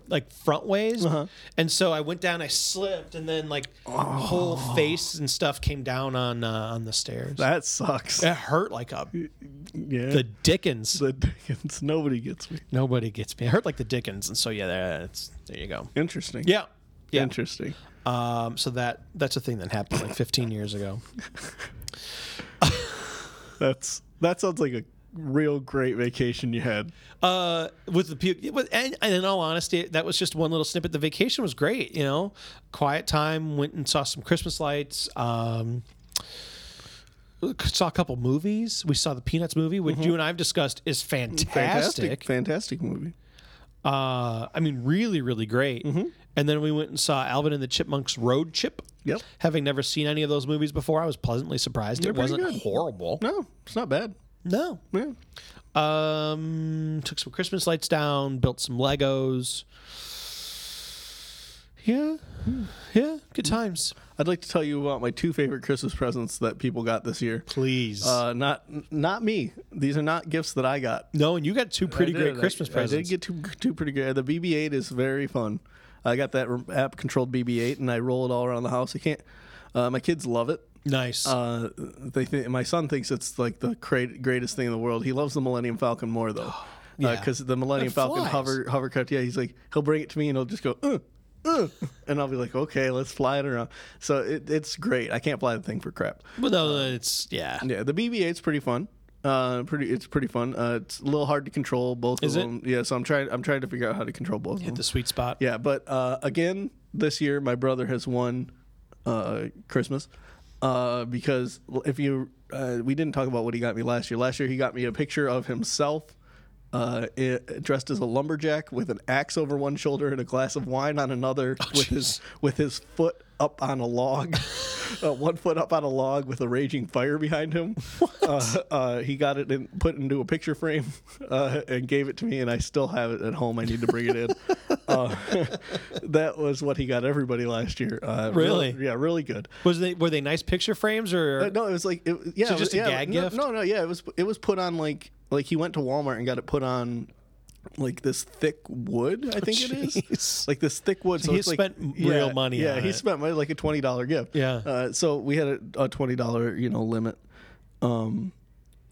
S2: like front ways,
S3: Uh-huh.
S2: and so I went down. I slipped, and then like whole face and stuff came down on uh, on the stairs.
S3: Oh. That sucks.
S2: it hurt like a
S3: Yeah.
S2: the Dickens.
S3: the Dickens. Nobody gets me.
S2: Nobody gets me. I heard like the Dickens, and so yeah, there, it's, there you go.
S3: Interesting.
S2: Yeah, yeah.
S3: Interesting.
S2: Um, so that that's a thing that happened like 15 years ago.
S3: That's that sounds like a real great vacation you had.
S2: Uh, with the puke, with, and, and in all honesty, that was just one little snippet. The vacation was great. You know, quiet time. Went and saw some Christmas lights. Um, saw a couple movies. We saw the Peanuts movie, which you and I've discussed is
S3: Fantastic, fantastic movie.
S2: uh, I mean, really, really great.
S3: Mm-hmm.
S2: And then we went and saw Alvin and the Chipmunks Road Chip.
S3: Yep.
S2: Having never seen any of those movies before, I was pleasantly surprised. it
S3: pretty
S2: wasn't
S3: good.
S2: horrible.
S3: No, it's not bad.
S2: No.
S3: Yeah.
S2: Um, took some Christmas lights down, built some Legos. Yeah.
S3: Hmm.
S2: Yeah. Good times.
S3: I'd like to tell you about my two favorite Christmas presents that people got this year.
S2: Please.
S3: Uh, not n- not me. These are not gifts that I got.
S2: no, and you got two pretty
S3: I
S2: great
S3: did.
S2: Christmas
S3: I,
S2: presents.
S3: I did get two, two pretty good. The BB-8 is very fun. I got that rem- app-controlled BB-8, and I roll it all around the house. I can't. Uh, my kids love it.
S2: nice.
S3: Uh, they th- my son thinks it's like the cra- greatest thing in the world. He loves the Millennium Falcon
S2: <gasps>
S3: more though,
S2: Yeah.
S3: because the Millennium
S2: It
S3: Falcon
S2: flies.
S3: hover hovercraft. Yeah, he's like he'll bring it to me and he'll just go, uh, uh, and I'll be like, okay, let's fly it around. So it, it's great. I can't fly the thing for crap.
S2: well, no, it's, yeah.
S3: Yeah, the BB-8's pretty fun. Uh, pretty, it's pretty fun. Uh, it's a little hard to control both
S2: Is
S3: of
S2: it?
S3: them. Yeah, so I'm trying. I'm trying to figure out how to control both of
S2: The
S3: them.
S2: sweet spot.
S3: Yeah, but uh, again, this year my brother has won uh, Christmas uh, because if you uh, we didn't talk about what he got me last year. Last year he got me a picture of himself uh, i dressed as a lumberjack with an axe over one shoulder and a glass of wine on another, with his with his foot up on a log, uh, one foot up on a log with a raging fire behind him. Uh, uh, he got it in, put into a picture frame <laughs> uh, and gave it to me, and I still have it at home. I need to bring it in. uh, that was what he got everybody last year. Uh,
S2: Really?
S3: yeah, really good.
S2: Was they, were they nice picture frames or?
S3: Uh, no, it was like it, yeah,
S2: So
S3: it
S2: just
S3: was-
S2: a
S3: yeah,
S2: gag
S3: no,
S2: gift?
S3: No, no, yeah, it was it was put on like like he went to Walmart and got it put on like this thick wood. I think it is
S2: jeez.
S3: like this thick wood. So
S2: he
S3: it's like,
S2: spent m-
S3: yeah,
S2: real money
S3: Yeah,
S2: on
S3: he
S2: it.
S3: spent money like a twenty dollar gift.
S2: Yeah.
S3: Uh, so we had a, a twenty dollar you know limit um,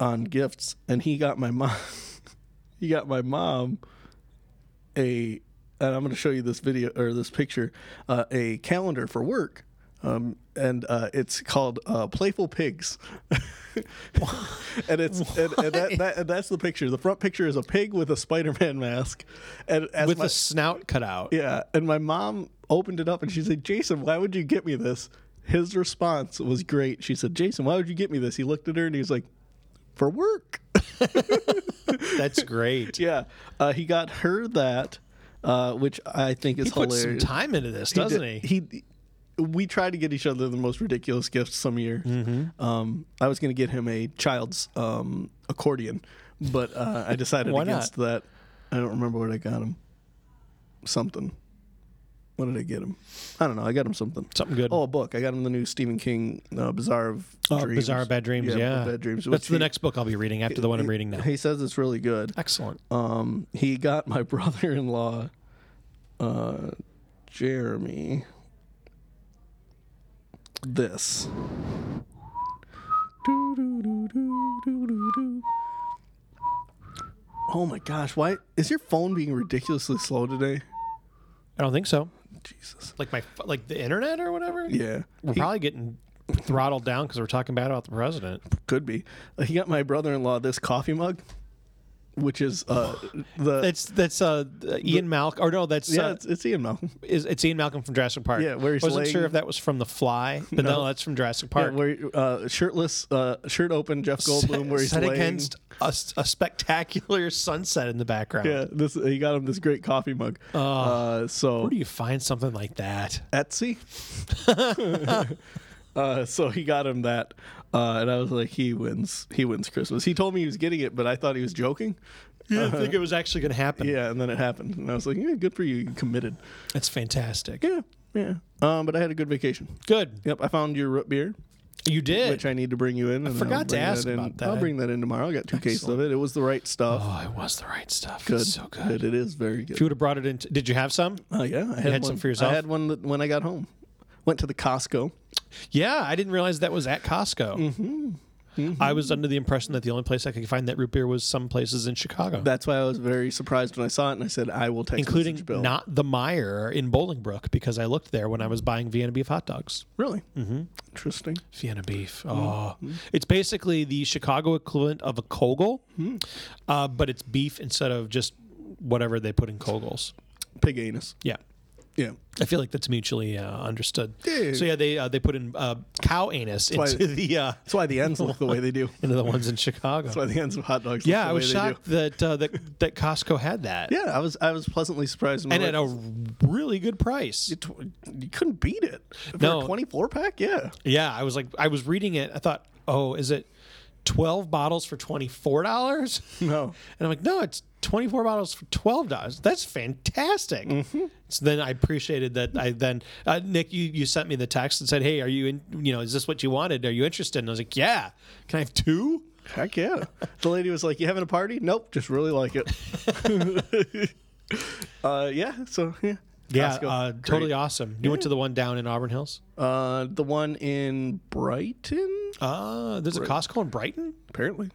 S3: on gifts, and he got my mom. <laughs> he got my mom a and I'm going to show you this video or this picture uh, a calendar for work. Um, and uh, it's called uh, Playful Pigs, <laughs> and it's and, and, that, that, and that's the picture. The front picture is a pig with a Spider-Man mask, and as
S2: with
S3: my,
S2: a snout cut out.
S3: yeah, and my mom opened it up and she said, "Jason, why would you get me this?" His response was great. She said, "Jason, why would you get me this?" He looked at her and he was like, "For work." <laughs>
S2: That's great.
S3: yeah, uh, he got her that, uh, which I think is
S2: He puts some
S3: hilarious.
S2: time into this, doesn't he?
S3: He, did- he- we tried to get each other the most ridiculous gifts some year.
S2: Mm-hmm.
S3: Um, I was going to get him a child's um, accordion, but uh, I decided
S2: Why
S3: against that. I don't remember what I got him. Something. What did I get him? I don't know. I got him something.
S2: Something good.
S3: Oh, a book. I got him the new Stephen King uh, Bizarre of
S2: Oh,
S3: Dreams.
S2: Bizarre Bad Dreams. Yeah,
S3: Bad Dreams.
S2: That's
S3: which
S2: the
S3: he-
S2: next book I'll be reading after the one I'm reading now.
S3: He says it's really good
S2: Excellent.
S3: um, he got my <laughs> brother-in-law, uh, Jeremy, this. Oh my gosh! Why is your phone being ridiculously slow today?
S2: I don't think so.
S3: Jesus.
S2: Like my like the internet or whatever.
S3: Yeah.
S2: we're
S3: He-
S2: probably getting throttled down because we're talking bad about the president.
S3: could be. He got my brother-in-law this coffee mug, which is uh, the
S2: That's that's uh Ian Malcolm or no that's
S3: yeah,
S2: uh,
S3: it's, it's Ian Malcolm.
S2: is it's Ian Malcolm from Jurassic Park.
S3: Yeah, where he's
S2: wasn't
S3: laying-
S2: sure if that was from The
S3: <laughs>
S2: Fly, but no, that's from Jurassic
S3: Yeah,
S2: Park.
S3: where uh, shirtless, uh, shirt open, Jeff Goldblum,
S2: Set-
S3: where he's
S2: set
S3: laying.
S2: against a, s- a spectacular <laughs> sunset in the background.
S3: <laughs> Yeah, this he got him this great coffee mug. uh, so
S2: Where do you find something like that? <laughs>
S3: Etsy. <laughs> uh, so he got him that, uh, and I was like, he wins. He wins Christmas. He told me he was getting it, but I thought he was joking.
S2: You didn't think it was actually going to happen.
S3: Uh-huh. Yeah, and then it happened, and I was like, yeah, good for you. You committed.
S2: That's fantastic.
S3: Yeah, yeah. Um, but I had a good vacation.
S2: Good.
S3: Yep, I found your root beer.
S2: You did.
S3: which I need to bring you in. and I'll
S2: forgot to
S3: bring
S2: ask
S3: in.
S2: about that.
S3: I'll bring that in tomorrow. I got two cases of it. It was the right stuff.
S2: oh, it was the right stuff.
S3: good,
S2: It's so good.
S3: It is very good.
S2: If you would have brought it in, did you have some?
S3: Uh, yeah, I had,
S2: had
S3: one.
S2: some for yourself?
S3: I had one that when I got home. Went to the Costco.
S2: Yeah, I didn't realize that was at Costco. Mm-hmm. I was under the impression that the only place I could find that root beer was some places in Chicago,
S3: That's why I was very surprised when I saw it, and I said, "I will text
S2: including
S3: message Bill."
S2: not the Meyer in Bolingbrook, because I looked there when I was buying Vienna beef hot dogs.
S3: really mm-hmm. interesting.
S2: Vienna beef. Oh,
S3: Mm-hmm.
S2: it's basically the Chicago equivalent of a Kogel,
S3: Mm-hmm.
S2: uh, but it's beef instead of just whatever they put in Kogels.
S3: Pig anus.
S2: Yeah.
S3: Yeah,
S2: I feel like that's mutually uh, understood.
S3: Yeah.
S2: So yeah, they uh, they put in uh, cow anus
S3: why-
S2: into the uh,
S3: that's why the ends look the way
S2: <laughs>
S3: they do.
S2: into the ones in Chicago.
S3: That's why the ends of hot dogs. look
S2: yeah,
S3: the
S2: I was
S3: way
S2: shocked that uh, that that Costco had that.
S3: They do. Yeah, I was I was pleasantly surprised.
S2: and at a really good price.
S3: you couldn't beat it. For
S2: No.
S3: a twenty four pack. Yeah,
S2: Yeah, I was like, I was reading it. I thought, oh, is it twelve bottles for twenty four dollars?
S3: no,
S2: And I'm like, no, it's 24 bottles for $12. That's fantastic. So then I appreciated that. I then, uh, Nick, you, you sent me the text and said, hey, are you in, you know, is this what you wanted? Are you interested? And I was like, yeah. Can I have two?
S3: Heck yeah. the lady was like, You having a party? Nope, just really like it.
S2: <laughs>
S3: uh, yeah, so yeah.
S2: Yeah,
S3: Costco,
S2: uh,
S3: great.
S2: totally awesome. You went to the one down in Auburn Hills?
S3: Uh, the one in Brighton,
S2: Uh, there's a Costco in Brighton?
S3: apparently.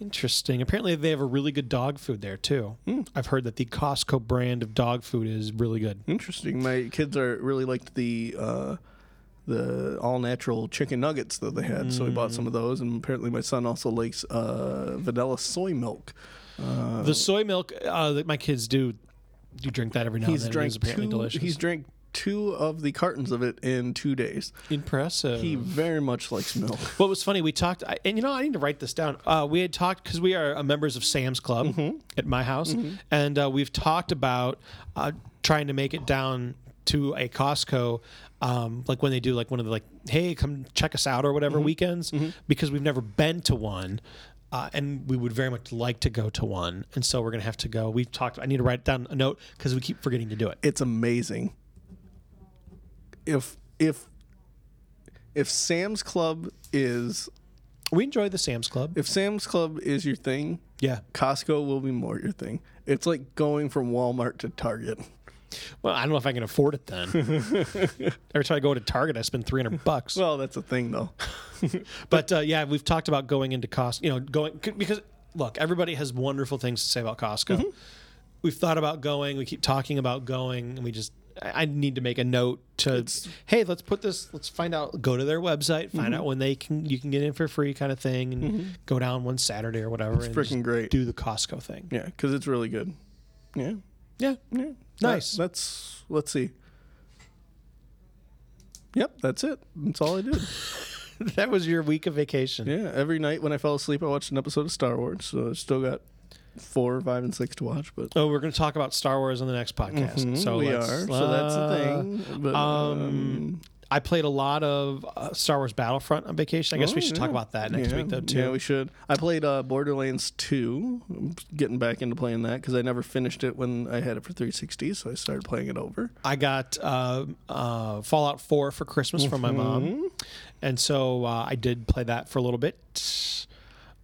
S2: Interesting. Apparently, they have a really good dog food there, too. I've heard that the Costco brand of dog food is really good.
S3: Interesting. My kids are really liked the uh, the all natural chicken nuggets that they had, so we bought some
S2: Mm.
S3: of those. And apparently, my son also likes uh, vanilla soy milk.
S2: Oh, the soy milk uh, that my kids do, you drink that every now and
S3: He's
S2: then. It
S3: drank
S2: is apparently
S3: two,
S2: delicious.
S3: He's drank two of the cartons of it in two days.
S2: Impressive.
S3: He very much likes milk.
S2: What was funny, we talked, I, and you know, I need to write this down. Uh, we had talked because we are uh, members of Sam's Club at my house, and uh, we've talked about uh, trying to make it down to a Costco, um, like when they do like one of the like, hey, come check us out or whatever weekends, because we've never been to one. Uh, and we would very much like to go to one, and so we're gonna have to go. We've talked. I need to write down a note because we keep forgetting to do it.
S3: it's amazing. If if if Sam's Club is
S2: We enjoy the Sam's Club.
S3: if Sam's Club is your thing,
S2: Yeah.
S3: Costco will be more your thing. It's like going from Walmart to Target.
S2: Well, I don't know if I can afford it
S3: <laughs>
S2: then. Every time I go to Target, I spend three hundred bucks.
S3: Well, that's a thing though.
S2: But uh, yeah, we've talked about going into Costco. You know, going c- because look, everybody has wonderful things to say about Costco.
S3: Mm-hmm.
S2: We've thought about going. We keep talking about going, and we just I I need to make a note to hey, let's put this. Let's find out. Go to their website,
S3: Mm-hmm.
S2: find out when they can you can get in for free, kind of thing, and go down one Saturday or whatever. and
S3: freaking
S2: just
S3: great.
S2: Do the Costco thing.
S3: Yeah, because it's really good. Yeah,
S2: Yeah,
S3: yeah.
S2: Nice.
S3: That- that's let's see. Yep, that's it. That's all I did.
S2: <laughs> that was your week of vacation.
S3: Yeah, every night when I fell asleep, I watched an episode of Star Wars. So I still got four, five, and six to watch. But
S2: Oh, we're going to talk about Star Wars on the next podcast. so
S3: Mm-hmm, we
S2: let's-
S3: are. So Oh, that's the thing. But, uh,
S2: um, I played a lot of uh, Star Wars Battlefront on vacation. I guess we
S3: oh,
S2: should
S3: yeah.
S2: talk about that next
S3: yeah,
S2: week, though, too.
S3: Yeah, we should. I played uh, Borderlands 2. I'm getting back into playing that because I never finished it when I had it for 360, so I started playing it over.
S2: I got uh, uh, Fallout 4 for Christmas from my
S3: Mm-hmm.
S2: mom. And so uh, I did play that for a little bit.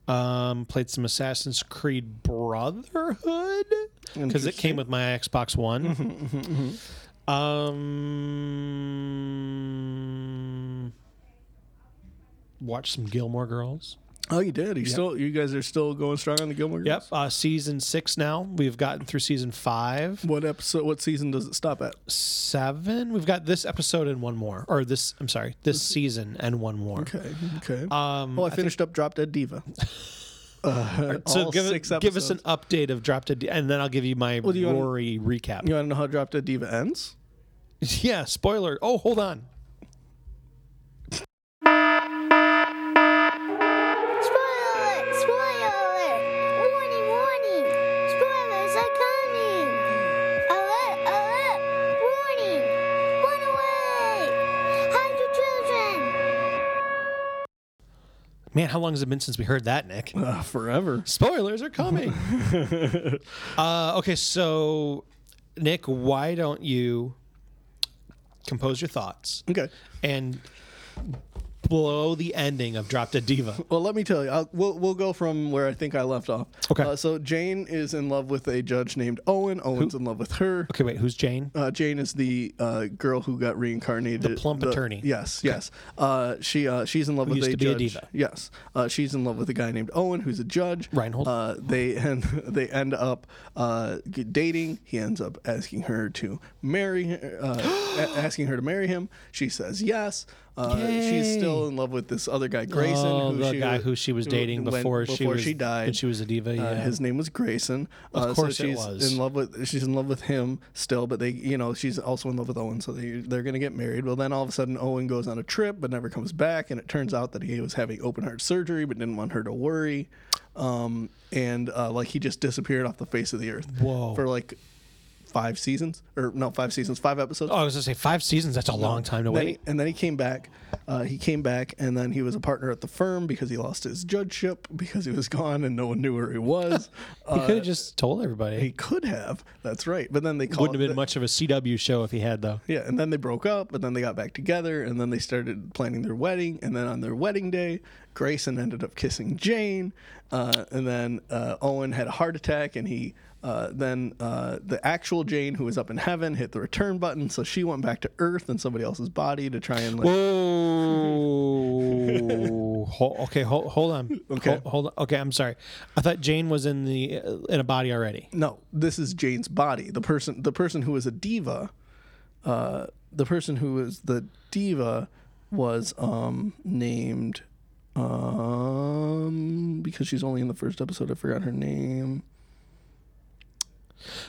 S2: Um, played some Assassin's Creed Brotherhood because it came with my Xbox One.
S3: Mm-hmm,
S2: Um, watched some Gilmore Girls.
S3: Oh, you did. You still, you guys are still going strong on the Gilmore Girls.
S2: Yep. Uh, season six now. We've gotten through season five,
S3: What episode? What season does it stop at?
S2: seven. We've got this episode and one more, or this. I'm sorry, this season and one more.
S3: Okay. Okay. Um, well, I, finished up Drop Dead
S2: <laughs>
S3: Diva. Uh,
S2: So
S3: all
S2: give,
S3: six
S2: it, give us an
S3: episodes.
S2: update of Drop Dead, D- and then I'll give you my
S3: do you want-
S2: Rory recap.
S3: You want to know how Drop Dead Diva ends?
S2: <laughs> yeah, spoiler. Oh, hold on.
S4: Spoiler alert! Spoiler alert! Warning, warning! Spoilers are coming! Alert, alert! Warning! Run away! Hide your children!
S2: Man, how long has it been since we heard that, Nick?
S3: Uh, forever.
S2: Spoilers are
S3: <laughs>
S2: coming. uh, okay, so Nick, why don't you compose your thoughts
S3: Okay.
S2: and blow the ending of Drop Dead Diva?
S3: Well, let me tell you. I'll, we'll we'll go from where I think I left off.
S2: Okay.
S3: Uh, so Jane is in love with a judge named Owen. Owen's in love with her.
S2: Okay, wait, who's Jane?
S3: Uh, Jane is the uh, girl who got reincarnated. The
S2: plump attorney.
S3: Yes, yes. Uh, she uh, she's in love with
S2: used
S3: a
S2: to be a
S3: judge.
S2: diva.
S3: Yes, uh, she's in love with a guy named Owen, who's a judge.
S2: Reinhold.
S3: Uh, they and they end <laughs> up uh, g- dating. He ends up asking her to marry, her- uh,
S2: <gasps>
S3: a- asking her to marry him. She says yes. Uh, she's
S2: Yay.
S3: still in love with this other guy, Grayson,
S2: oh, the
S3: she-
S2: guy who she was dating
S3: when-
S2: before, she
S3: before
S2: was
S3: she died.
S2: and she was a diva. Yeah.
S3: Uh, his name was Grayson.
S2: Of
S3: Uh,
S2: course
S3: so
S2: it
S3: she's
S2: was.
S3: in love with she's in love with him still, but they you know she's also in love with Owen, so they they're gonna get married. Well, then all of a sudden Owen goes on a trip but never comes back, and it turns out that he was having open heart surgery but didn't want her to worry, um, and uh, like he just disappeared off the face of the earth
S2: Whoa.
S3: for like five seasons or no five seasons five episodes.
S2: oh, I was gonna say five seasons. That's a long time to
S3: Then he-
S2: wait.
S3: and then he came back. Uh, he came back, and then he was a partner at the firm because he lost his judgeship because he was <laughs> gone and no one knew where
S2: <laughs>
S3: he was.
S2: He
S3: Uh,
S2: could have just told everybody.
S3: he could have. That's right. But then they called.
S2: Wouldn't have been much of a CW show if he had though.
S3: Yeah, and then they broke up, but then they got back together, and then they started planning their wedding. And then on their wedding day, Grayson ended up kissing Jane, uh, and then uh, Owen had a heart attack, and he uh, then uh, the actual Jane, who was up in heaven, hit the return button, so she went back to Earth in somebody else's body to try and like,
S2: Whoa. <laughs> Ho- okay, hold, hold on.
S3: Okay.
S2: Ho- hold on. Okay, I'm sorry. I thought Jane was in the uh, in a body already.
S3: no, this is Jane's body. The person, the person who was a diva, uh, the person who was the diva was um, named um, because she's only in the first episode. I forgot her name.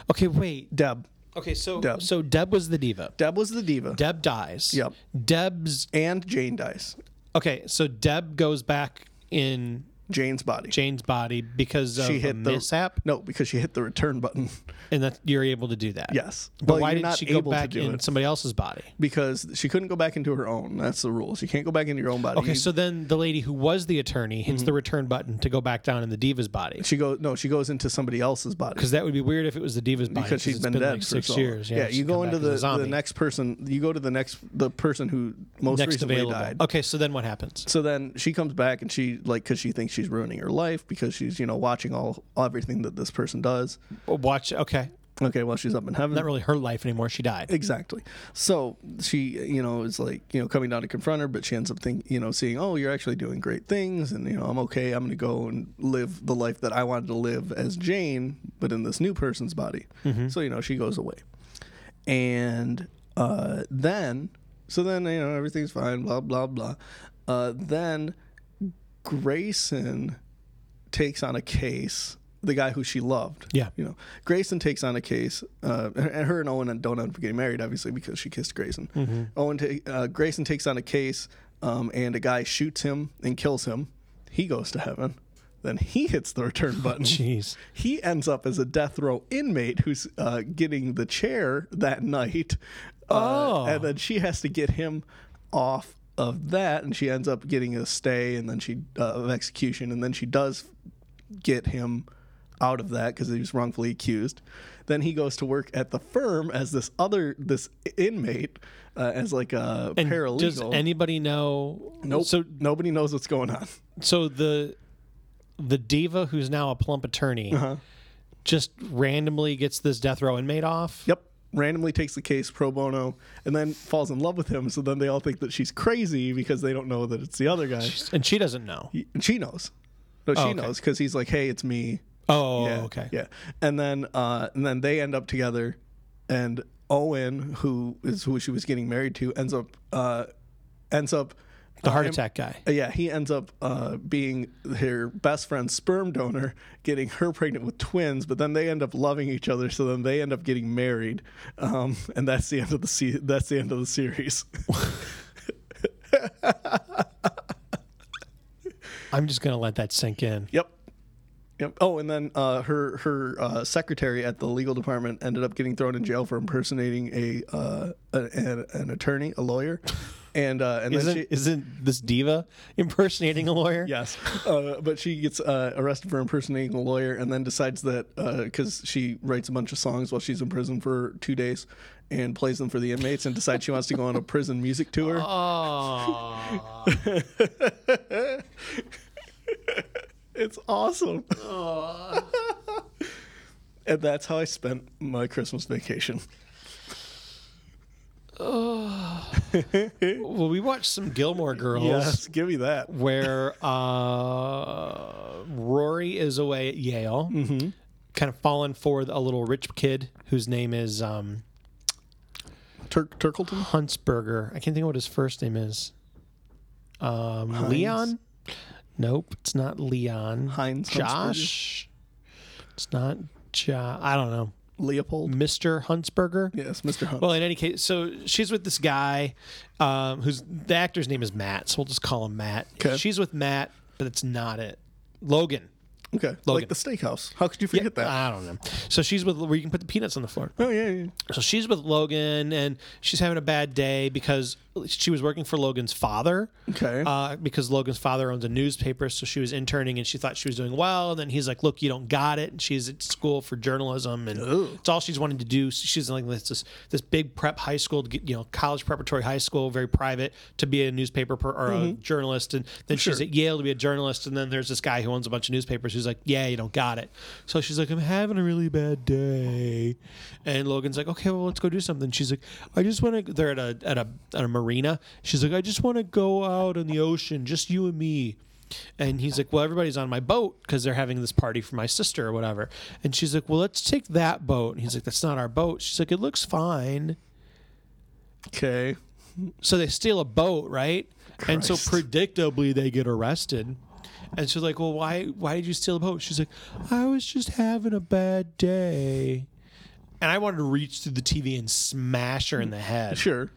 S2: Okay, wait.
S3: Deb.
S2: Okay, so
S3: Deb.
S2: so Deb was the diva.
S3: Deb was the diva,
S2: Deb dies.
S3: Yep.
S2: Deb's
S3: and Jane dies.
S2: Okay, so Deb goes back in
S3: Jane's body.
S2: Jane's body because of
S3: she
S2: a
S3: hit the
S2: mishap
S3: No, because she hit the return button. <laughs>
S2: and that you're able to do that.
S3: Yes.
S2: But
S3: Well,
S2: why
S3: you're
S2: didn't
S3: not
S2: she go
S3: able to
S2: back
S3: do
S2: in
S3: it.
S2: somebody else's body?
S3: because she couldn't go back into her own. That's the rules. You can't go back into your own body.
S2: Okay,
S3: You- Mm-hmm.
S2: so then the lady who was the attorney hits the return button to go back down in the diva's body.
S3: she goes. No, she goes into somebody else's body.
S2: Because that would be weird if it was the diva's body.
S3: because she's
S2: it's
S3: been, dead
S2: like
S3: for
S2: six
S3: so long.
S2: years.
S3: Yeah,
S2: she's
S3: you
S2: come
S3: go
S2: back
S3: into
S2: as a
S3: the, the
S2: zombie.
S3: next person. You go to the next the person who most
S2: next
S3: recently
S2: available.
S3: died.
S2: Okay, so then what happens?
S3: So then she comes back and she like because she thinks she's ruining her life because she's you know watching all everything that this person does.
S2: Watch. Okay,
S3: Okay, well she's up in heaven.
S2: not really her life anymore. She died.
S3: Exactly. So she, you know, is like, you know, coming down to confront her, but she ends up think, you know, seeing, oh, you're actually doing great things, and you know, I'm okay. I'm going to go and live the life that I wanted to live as Jane, but in this new person's body. So you know, she goes away, and uh, then, so then you know, everything's fine. Blah blah blah. Uh, then Grayson takes on a case. The guy who she loved.
S2: Yeah.
S3: You know, Grayson takes on a case. Uh, and her and Owen don't end up getting married, obviously, because she kissed Grayson. Owen, ta- uh, Grayson takes on a case, um, and a guy shoots him and kills him. He goes to heaven. Then he hits the return button.
S2: Jeez.
S3: He ends up as a death row inmate who's uh, getting the chair that night. Uh,
S2: Oh.
S3: And then she has to get him off of that, and she ends up getting a stay and then she uh, of execution, and then she does get him out of that because he was wrongfully accused. Then he goes to work at the firm as this other this inmate uh, as like a
S2: And
S3: paralegal.
S2: does anybody know?
S3: nope.
S2: So
S3: nobody knows what's going on.
S2: so the the diva who's now a plump attorney
S3: Uh-huh.
S2: just randomly gets this death row inmate off.
S3: Yep. Randomly takes the case pro bono and then falls in love with him. So then they all think that she's crazy because they don't know that it's the other guy.
S2: And she doesn't know.
S3: And she knows. No, she
S2: Oh, okay.
S3: knows because he's like, "Hey, it's me."
S2: Oh,
S3: yeah,
S2: okay.
S3: Yeah, and then uh, and then they end up together, and Owen, who is who she was getting married to, ends up uh, ends up
S2: The heart attack guy.
S3: yeah, he ends up uh, being her best friend's sperm donor, getting her pregnant with twins. But then they end up loving each other, so then they end up getting married, um, and that's the end of the se- that's the end of the series. <laughs>
S2: I'm just gonna let that sink in.
S3: Yep. Yep. Oh, and then uh, her her uh, secretary at the legal department ended up getting thrown in jail for impersonating a uh, an- an, an attorney, a lawyer, and uh, and
S2: Isn't
S3: then she,
S2: isn't this diva impersonating a lawyer?
S3: yes, <laughs> uh, but she gets uh, arrested for impersonating a lawyer, and then decides that because she writes a bunch of songs while she's in prison for two days, and plays them for the inmates, and decides she wants to go on a prison music <laughs> tour.
S2: Oh,
S3: It's awesome. <laughs> and that's how I spent my Christmas vacation.
S2: well, we watched some
S3: <laughs>
S2: Gilmore Girls.
S3: Yes, give me that.
S2: where uh, Rory is away at Yale,
S3: Mm-hmm.
S2: kind of fallen for a little rich kid whose name is um,
S3: Tur- Turkleton?
S2: Huntsberger. I can't think of what his first name is. Um, Leon? Nope, it's not Leon.
S3: Heinz
S2: Josh? It's not jo- I don't know.
S3: Leopold?
S2: Mr. Huntsberger?
S3: Yes, Mr. Hunt.
S2: Well, in any case, so she's with this guy, um, who's the actor's name is Matt, so we'll just call him Matt.
S3: 'Kay.
S2: She's with Matt, but it's not it. Logan.
S3: okay,
S2: Logan.
S3: like the steakhouse. How could you forget that?
S2: I don't know. So she's with where you can put the peanuts on the floor.
S3: oh, yeah, yeah.
S2: So she's with Logan, and she's having a bad day because she was working for Logan's father.
S3: Okay.
S2: Uh, because Logan's father owns a newspaper, so she was interning, and she thought she was doing well. And then he's like, "Look, you don't got it." And she's at school for journalism, and it's all she's wanting to do. So she's like this, this this big prep high school, to get, you know, college preparatory high school, very private, to be a newspaper per, or a journalist. And then she's
S3: Sure.
S2: at Yale to be a journalist. And then there's this guy who owns a bunch of newspapers who's like, "Yeah, you don't got it." So she's like, "I'm having a really bad day," and Logan's like, "Okay, well, let's go do something." She's like, "I just want to." They're at a at a at a marina. She's like, "I just want to go out on the ocean, just you and me." And he's like, "Well, everybody's on my boat because they're having this party for my sister or whatever." And she's like, "Well, let's take that boat." And he's like, "That's not our boat." She's like, "It looks fine."
S3: Okay.
S2: So they steal a boat, right? And so
S3: Christ.
S2: predictably they get arrested. And she's like, "Well, why why did you steal a boat?" She's like, "I was just having a bad day." And I wanted to reach through the TV and smash her in the head.
S3: Sure.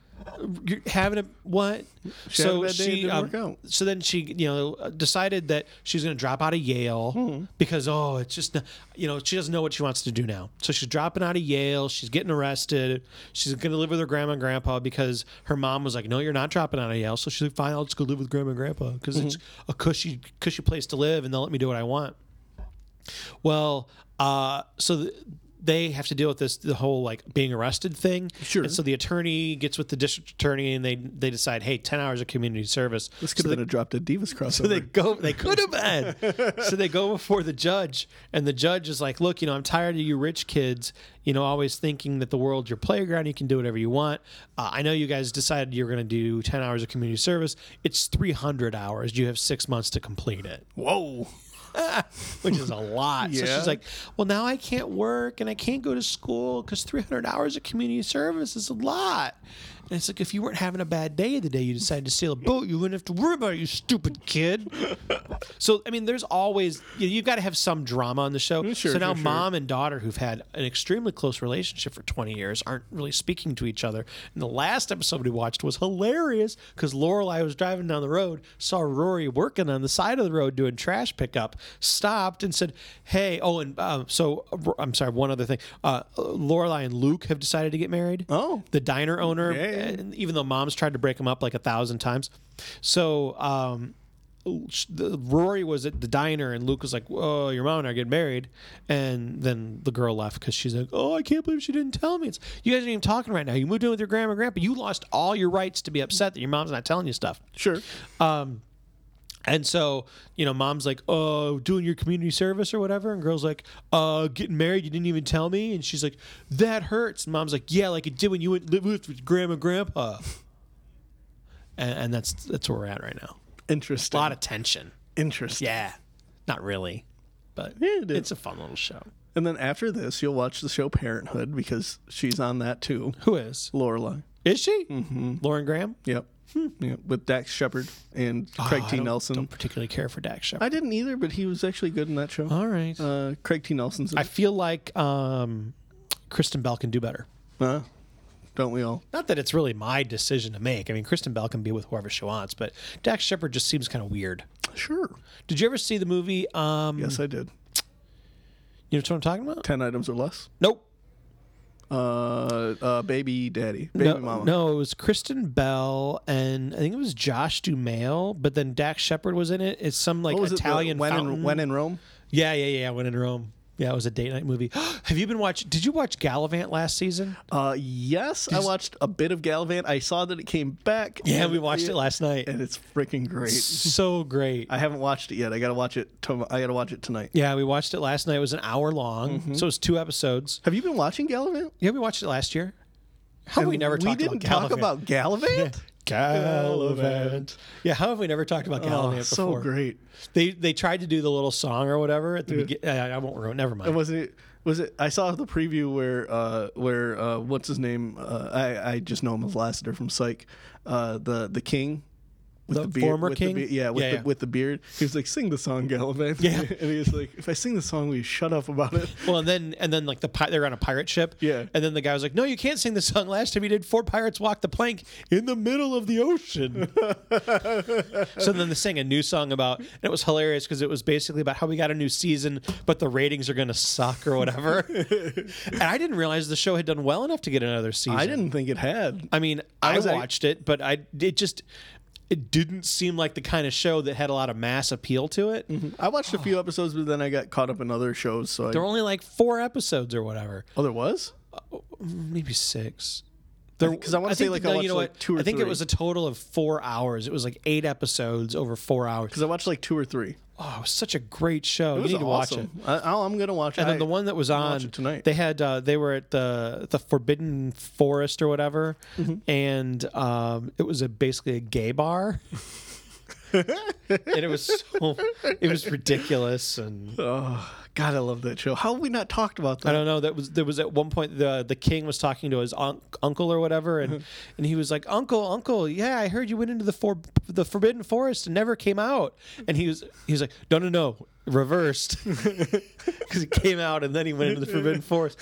S2: You're having a what? um,
S3: She had a bad day, it didn't work out.
S2: So then she, you know, decided that she's going to drop out of Yale
S3: Hmm.
S2: because oh, it's just not- you know she doesn't know what she wants to do now. So she's dropping out of Yale. She's getting arrested. She's going to live with her grandma and grandpa because her mom was like, "No, you're not dropping out of Yale." So she's like, "Fine, I'll just go live with grandma and grandpa because
S3: Hmm.
S2: it's a cushy, cushy place to live, and they'll let me do what I want." Well, uh, so th- they have to deal with this the whole like being arrested thing.
S3: Sure.
S2: And so the attorney gets with the district attorney, and they they decide, hey, ten hours of community service.
S3: This could
S2: So
S3: have been a drop dead Divas crossover.
S2: so they go they could have been so they go before the judge and the judge is like look you know i'm tired of you rich kids you know always thinking that the world's your playground you can do whatever you want uh, i know you guys decided you're going to do 10 hours of community service it's 300 hours you have six months to complete it
S3: Whoa.
S2: which is a lot. So
S3: Yeah.
S2: she's like, "Well, now I can't work and I can't go to school because 300 hours of community service is a lot." And it's like, if you weren't having a bad day the day you decided to steal a boat, you wouldn't have to worry about it, you stupid kid. so, I mean, there's always you you've got to have some drama on the show.
S3: Mm, sure,
S2: so now,
S3: sure, sure.
S2: mom and daughter who've had an extremely close relationship for 20 years aren't really speaking to each other. And the last episode we watched was hilarious because Lorelai was driving down the road, saw Rory working on the side of the road doing trash pickup, stopped and said, "Hey, oh, and um, so uh, I'm sorry. One other thing, uh, Lorelai and Luke have decided to get married.
S3: Oh.
S2: the diner owner,
S3: Yeah.
S2: and even though mom's tried to break them up like a thousand times, so." um sh- the, Rory was at the diner and Luke was like, "Oh, your mom and I are getting married," and then the girl left because she's like, "Oh, I can't believe she didn't tell me." It's you guys aren't even talking right now. You moved in with your grandma and grandpa. You lost all your rights to be upset that your mom's not telling you stuff.
S3: Sure.
S2: And so, you know, mom's like, "Oh, doing your community service or whatever," and girl's like, "Uh, getting married? You didn't even tell me." And she's like, "That hurts." And mom's like, "Yeah, like it did when you went live with with grandma and grandpa." And, and that's that's where we're at right now.
S3: Interesting.
S2: A lot of tension.
S3: Interesting.
S2: Yeah. Not really, but
S3: Yeah, you do.
S2: it's a fun little show.
S3: And then after this, you'll watch the show Parenthood because she's on that too.
S2: Who is?
S3: Lorelai.
S2: Is she? Mm-hmm. Lauren Graham?
S3: Yep. yep. With Dax Shepard and Craig
S2: Oh, I
S3: T.
S2: don't-
S3: Nelson.
S2: Don't particularly care for Dax Shepard.
S3: I didn't either, but he was actually good in that show.
S2: All right.
S3: Uh, Craig T. Nelson's. in
S2: I
S3: it.
S2: feel like um, Kristen Bell can do better.
S3: Uh, don't we all?
S2: Not that it's really my decision to make. I mean, Kristen Bell can be with whoever she wants, but Dax Shepard just seems kind of weird.
S3: Sure.
S2: Did you ever see the movie? Um,
S3: Yes, I did.
S2: You know what I'm talking about?
S3: Ten items or less.
S2: Nope.
S3: Uh, uh, baby daddy, baby
S2: no,
S3: mama.
S2: no, it was Kristen Bell and I think it was Josh Duhamel, but then Dax Shepard was in it. It's some like
S3: What was
S2: Italian
S3: it? the When
S2: fountain.
S3: in, when in Rome.
S2: yeah, yeah, yeah. When in Rome. Yeah, it was a date night movie. <gasps> Have you been watching? Did you watch Gallivant last
S3: <laughs>
S2: season?
S3: Uh, yes, I watched a bit of Gallivant. I saw that it came back.
S2: yeah,
S3: and-
S2: we watched it last night.
S3: and it's freaking great.
S2: So great.
S3: I haven't watched it yet. I gotta watch it. To- I gotta watch it tonight.
S2: Yeah, we watched it last night. It was an hour long,
S3: Mm-hmm.
S2: so it was two episodes.
S3: Have you been watching Gallivant?
S2: Yeah, we watched it last year. How have we never
S3: We
S2: talked
S3: didn't
S2: about
S3: talk
S2: Gallivant?
S3: about Gallivant.
S2: Gallivant. Yeah, how have we never talked about
S3: Oh,
S2: Gallivant
S3: so
S2: before?
S3: great.
S2: They they tried to do the little song or whatever at the beginning. I won't ruin. Never mind.
S3: And wasn't it? Was it? I saw the preview where uh, where uh, what's his name? Uh, I I just know him as Lassiter from Psych. Uh, the the king. With
S2: The former
S3: with
S2: king?
S3: be- yeah, with
S2: Yeah,
S3: the,
S2: yeah.
S3: with the beard, he was like, "Sing the song, Gallivant."
S2: Yeah.
S3: <laughs> and he was like, "If I sing the song, will you shut up
S2: <laughs>
S3: about it?"
S2: Well, and then and then like the pi- they're on a pirate ship.
S3: Yeah.
S2: And then the guy was like, "No, you can't sing the song. Last time you did, four pirates walked the plank in the middle of the
S3: <laughs>
S2: ocean." so then they sang a new song about, and it was hilarious because it was basically about how we got a new season, but the ratings are going to suck or
S3: <laughs>
S2: whatever. and I didn't realize the show had done well enough to get another season.
S3: I didn't think it had.
S2: I mean, I,
S3: was- I-
S2: watched it, but I it just it didn't seem like the kind of show that had a lot of mass appeal to it.
S3: I watched a few episodes, but then I got caught up in other shows. So I,
S2: There were only like four episodes or whatever.
S3: oh, there was.
S2: maybe six.
S3: Because I want to say
S2: think-
S3: like
S2: no,
S3: I watched
S2: you know
S3: like
S2: what?
S3: two or
S2: I think
S3: three.
S2: it was a total of four hours. It was like eight episodes over four hours.
S3: because I watched like two or three.
S2: Oh, it was such a great show. You
S3: It was
S2: need to watch it.
S3: awesome. I, I'll- I'm gonna watch it.
S2: And
S3: I-
S2: then the one that was
S3: watch
S2: on
S3: it tonight.
S2: They had uh, they were at the the Forbidden Forest or whatever, Mm-hmm. and um, it was a basically a gay <laughs> bar. and it was so, it was ridiculous and
S3: God, I love that show. How have we not talked about
S2: I
S3: that?
S2: don't know. That was there was at one point the the king was talking to his unc uncle or whatever, and and he was like, "Uncle, uncle, yeah, I heard you went into the for- the forbidden forest and never came out." And he was he was like, "No, no, no." Reversed <laughs> because it came out and then he went into the forbidden forest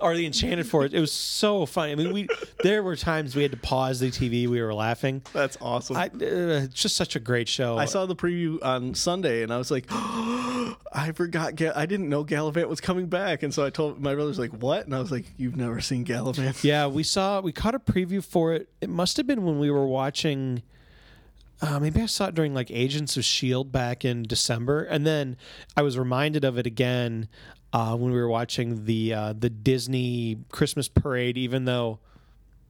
S2: or the enchanted forest. It was so funny. I mean, we there were times we had to pause the TV. We were laughing.
S3: That's awesome.
S2: I, uh,
S3: I,
S2: it's just such a great show.
S3: saw the preview on Sunday, and I was like, <gasps> I forgot. Ga- I didn't know Gallivant was coming back, and so I told my brother's like, "What?" And I was like, "You've never seen Gallivant?"
S2: Yeah, we saw we caught a preview for it. It must have been when we were watching. Uh, maybe I saw it during like Agents of Shield E back in December, and then I was reminded of it again uh, when we were watching the uh, the Disney Christmas parade. Even though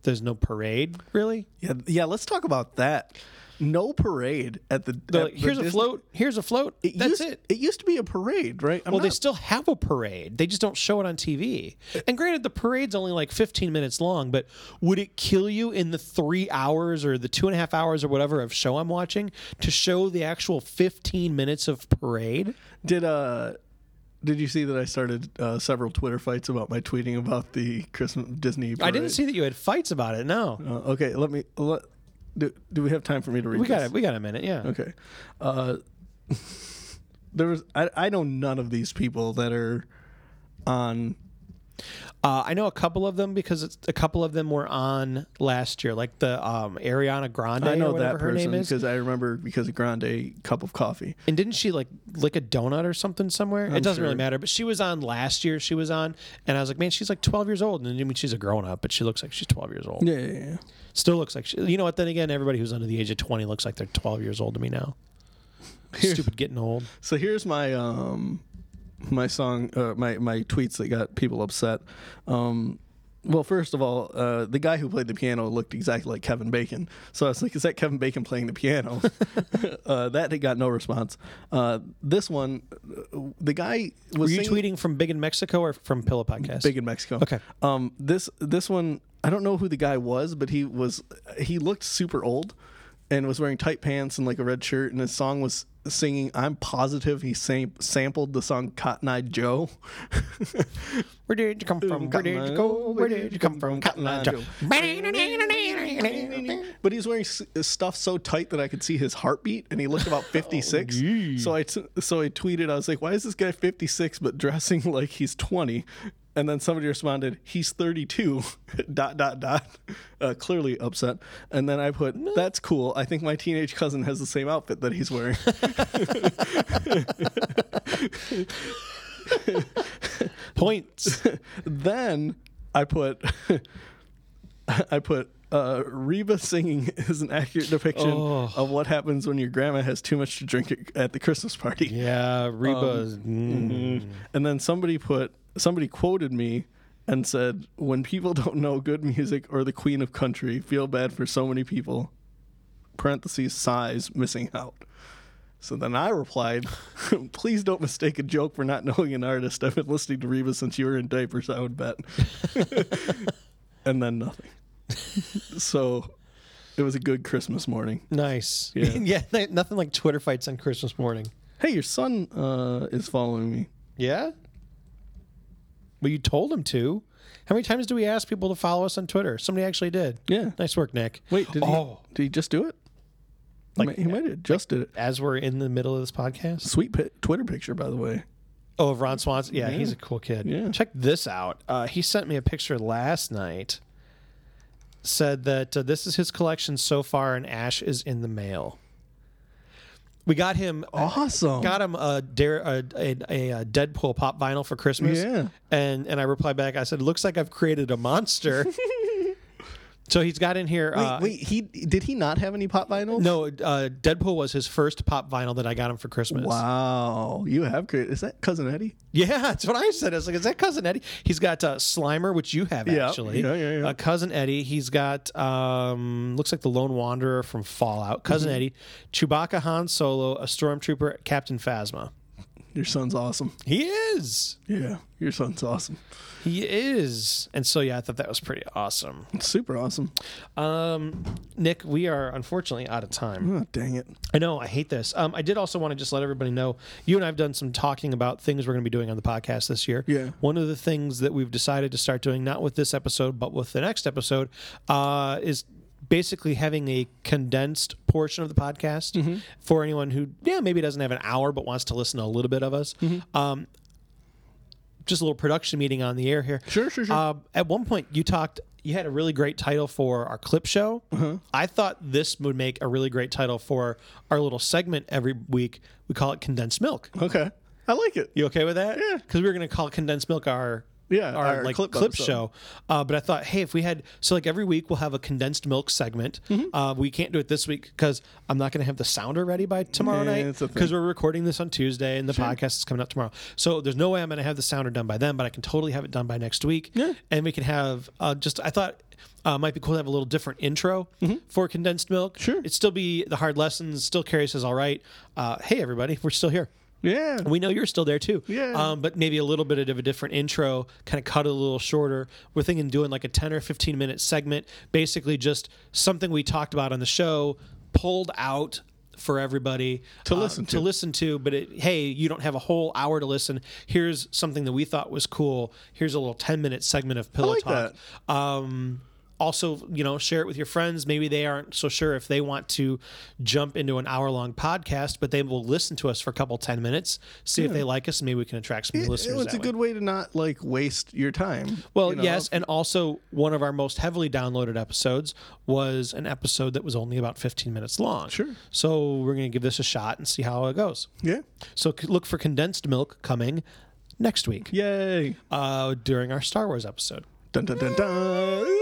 S2: there's no parade, really.
S3: Yeah, yeah. Let's talk about that. No parade at the.
S2: They're
S3: at
S2: like,
S3: the
S2: here's a
S3: Disney-
S2: float. Here's a float.
S3: It
S2: That's
S3: used-
S2: it.
S3: It used to be a parade, right? I'm
S2: Well, they
S3: not-
S2: still have a parade. They just don't show it on TV. And granted, the parade's only like 15 minutes long, but would it kill you in the three hours or the two and a half hours or whatever of show I'm watching to show the actual 15 minutes of parade?
S3: did uh. Did you see that I started uh, several Twitter fights about my tweeting about the Christmas Disney? Parade?
S2: I didn't see that you had fights about it. No.
S3: Uh, okay, let me. Let, do, do we have time for me to read?
S2: We got
S3: this?
S2: it. We got a minute. Yeah.
S3: Okay. Uh, <laughs> there was I, I know none of these people that are on
S2: Uh, I know a couple of them because it's, a couple of them were on last year, like the um, Ariana Grande.
S3: I
S2: or
S3: know
S2: whatever
S3: that
S2: her
S3: person
S2: name is.
S3: because I remember because of Grande cup of coffee.
S2: And didn't she like lick a donut or something somewhere? it doesn't really
S3: sure.
S2: matter. But she was on last year. She was on, and I was like, man, she's like 12 years old. And I mean, she's a grown up, but she looks like she's 12 years old.
S3: Yeah, yeah, yeah.
S2: Still looks like she. You know what? Then again, everybody who's under the age of 20 looks like they're 12 years old to me
S3: <laughs>
S2: now. Stupid getting old.
S3: So here's my um my song uh, my my tweets that got people upset. Um well, first of all, uh, the guy who played the piano looked exactly like Kevin Bacon. So I was like, "Is that Kevin Bacon playing
S2: <laughs>
S3: the piano?" uh, that got no response. Uh, this one, uh, the guy was
S2: Were you
S3: singing-
S2: tweeting from Big in Mexico or from Pillow Podcast?
S3: Big in Mexico.
S2: Okay.
S3: Um, this this one, I don't know who the guy was, but he was he looked super old, and was wearing tight pants and like a red shirt, and his song was singing. I'm positive he sam- sampled the song Cotton Eye Joe.
S2: Where did you come from? Where did you go? Where did you come from? Cotton Eye Joe.
S3: <laughs> But he's wearing s- uh, stuff so tight that I could see his heartbeat, and he looked about 56. so I t- so I tweeted, I was like, "Why is this guy 56 but dressing <laughs> like he's 20?" And then somebody responded, "He's 32." <laughs> dot dot dot. Uh, clearly upset. And then I put, "That's cool. I think my teenage cousin has the same outfit that he's wearing." <laughs>
S2: Points.
S3: then I put <laughs> I put uh, Reba singing is an accurate depiction
S2: Oh.
S3: of what happens when your grandma has too much to drink at- at the Christmas party. Um,
S2: Yeah, Reba's.
S3: And then somebody put somebody quoted me and said, "When people <laughs> don't know good music or the queen of country, feel bad for so many people." Parentheses sighs missing out. So then I replied, <laughs> "Please don't mistake a joke for not knowing an artist. I've been listening to Reba since you were in diapers. I would bet." <laughs> and then nothing. <laughs> so it was a good Christmas morning.
S2: Nice.
S3: Yeah.
S2: Yeah. <laughs> yeah, nothing like Twitter fights on Christmas morning.
S3: Hey, your son uh, is following me.
S2: Yeah. Well, you told him to. How many times do we ask people to follow us on Twitter? Somebody actually did.
S3: Yeah.
S2: Nice work, Nick.
S3: Wait, did
S2: oh,
S3: he? Did he just do it?
S2: Like-
S3: Like he might have just did it.
S2: as we're in the middle of this podcast.
S3: Sweet pi- Twitter picture, by the way.
S2: Oh, of Ron Swanson. Yeah, he's a cool kid.
S3: Yeah.
S2: Check this out. Uh, he sent me a picture last night. Said that uh, this is his collection so far, and Ash is in the mail. We got him.
S3: Oh. Awesome.
S2: got him a, Dare, a, a, a uh, Deadpool pop vinyl for Christmas.
S3: Yeah.
S2: And and I replied back. I said, "Looks like I've created a
S3: <laughs>
S2: monster." so he's got in here.
S3: wait,
S2: uh,
S3: wait. He did he not have any pop vinyl?
S2: No, uh, Deadpool was his first pop vinyl that I got him for Christmas.
S3: Wow, you have created. Is that cousin Eddie?
S2: Yeah, <laughs> that's what I said. I was like, "Is that cousin Eddie?" He's got uh, Slimer, which you have
S3: Yeah.
S2: actually.
S3: Yeah, yeah, yeah.
S2: Uh, cousin Eddie. He's got um, looks like the Lone Wanderer from Fallout. Cousin
S3: Mm-hmm.
S2: Eddie, Chewbacca, Han Solo, a stormtrooper, Captain Phasma.
S3: Your son's awesome.
S2: He is.
S3: Yeah, your son's awesome.
S2: He is. And so yeah, I thought that was pretty awesome.
S3: Super awesome.
S2: Nick, we are unfortunately out of time.
S3: Oh, dang it.
S2: I know, I hate this. Um, I did also want to just let everybody know you and I have done some talking about things we're going to be doing on the podcast this year.
S3: Yeah.
S2: One of the things that we've decided to start doing, not with this episode, but with the next episode, uh, is basically having a condensed portion of the podcast
S3: Mm-hmm.
S2: for anyone who, yeah, maybe doesn't have an hour but wants to listen to a little bit of us.
S3: Mm-hmm.
S2: Um, just a little production meeting on the air here.
S3: Sure,
S2: <laughs>
S3: sure, sure.
S2: Uh, at one point, you talked. You had a really great title for our clip show. I thought this would make a really great title for our little segment every week. We call it condensed milk.
S3: Okay, I like it.
S2: You okay with that?
S3: Yeah.
S2: Because we were going to call it condensed milk our
S3: Yeah,
S2: our,
S3: our
S2: like clip,
S3: clip episode.
S2: show. Uh, but I thought, hey, if we had so like every week we'll have a condensed milk segment.
S3: Mm-hmm.
S2: Uh, we can't do it this week because I'm not going to have the sounder ready by tomorrow
S3: Yeah,
S2: night
S3: it's a thing.
S2: because we're recording this on Tuesday and the podcast is coming out tomorrow. So there's no way I'm going to have the sounder done by then, but I can totally have it done by next week.
S3: Yeah.
S2: And we can have uh, just I thought. Uh, might be cool to have a little different intro for condensed milk.
S3: Mm-hmm. Sure.
S2: it'd still be the hard lessons. Still, Carrie says, "All right, uh, hey everybody, we're still here."
S3: Yeah.
S2: We know you're still there too.
S3: Yeah.
S2: Um, but maybe a little bit of a different intro, kind of cut it a little shorter. We're thinking doing like a 10 or 15 minute segment, basically just something we talked about on the show, pulled out for everybody um,
S3: To listen
S2: to
S3: to.
S2: listen to but it, hey you don't have a whole hour to listen here's something that we thought was cool here's a little 10 minute segment of pillow
S3: like
S2: talk um also you know share it with your friends maybe they aren't so sure if they want to jump into an hour long podcast but they will listen to us for a couple 10 minutes see if they like us and maybe we can attract some new
S3: It-
S2: listeners
S3: it's
S2: that
S3: a
S2: way.
S3: good way to not like waste your time.
S2: well
S3: you know?
S2: yes and also one of our most heavily downloaded episodes was an episode that was only about 15 minutes long
S3: Sure.
S2: so we're going to give this a shot and see how it goes
S3: Yeah.
S2: so c- look for condensed milk coming next week
S3: Yay.
S2: uh, during our star wars episode
S3: Dun dun dun dun.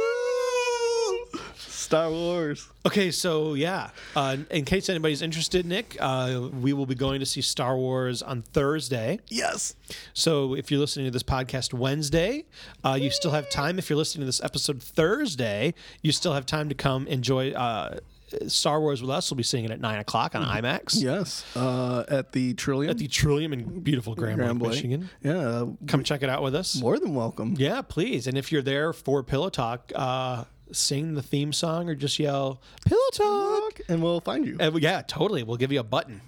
S3: Star Wars.
S2: Okay, so yeah, uh, in case anybody's interested, Nick, uh, we will be going to see Star Wars on Thursday.
S3: Yes.
S2: So if you're listening to this podcast Wednesday, uh, you still have time. If you're listening to this episode Thursday, you still have time to come enjoy uh, Star Wars with us. We'll be seeing it at nine o'clock on
S3: Mm-hmm.
S2: IMAX
S3: Yes. Uh, at the Trillium.
S2: at the Trillium in beautiful Grand,
S3: Grand
S2: Lake,
S3: Lake.
S2: Michigan.
S3: Yeah. uh,
S2: Come check it out with us.
S3: More than welcome.
S2: Yeah, please. And if you're there for Pillow Talk, uh, sing the theme song or just yell Uh, Pillow Talk.
S3: And we'll find you.
S2: And we- yeah, totally. We'll give you a button.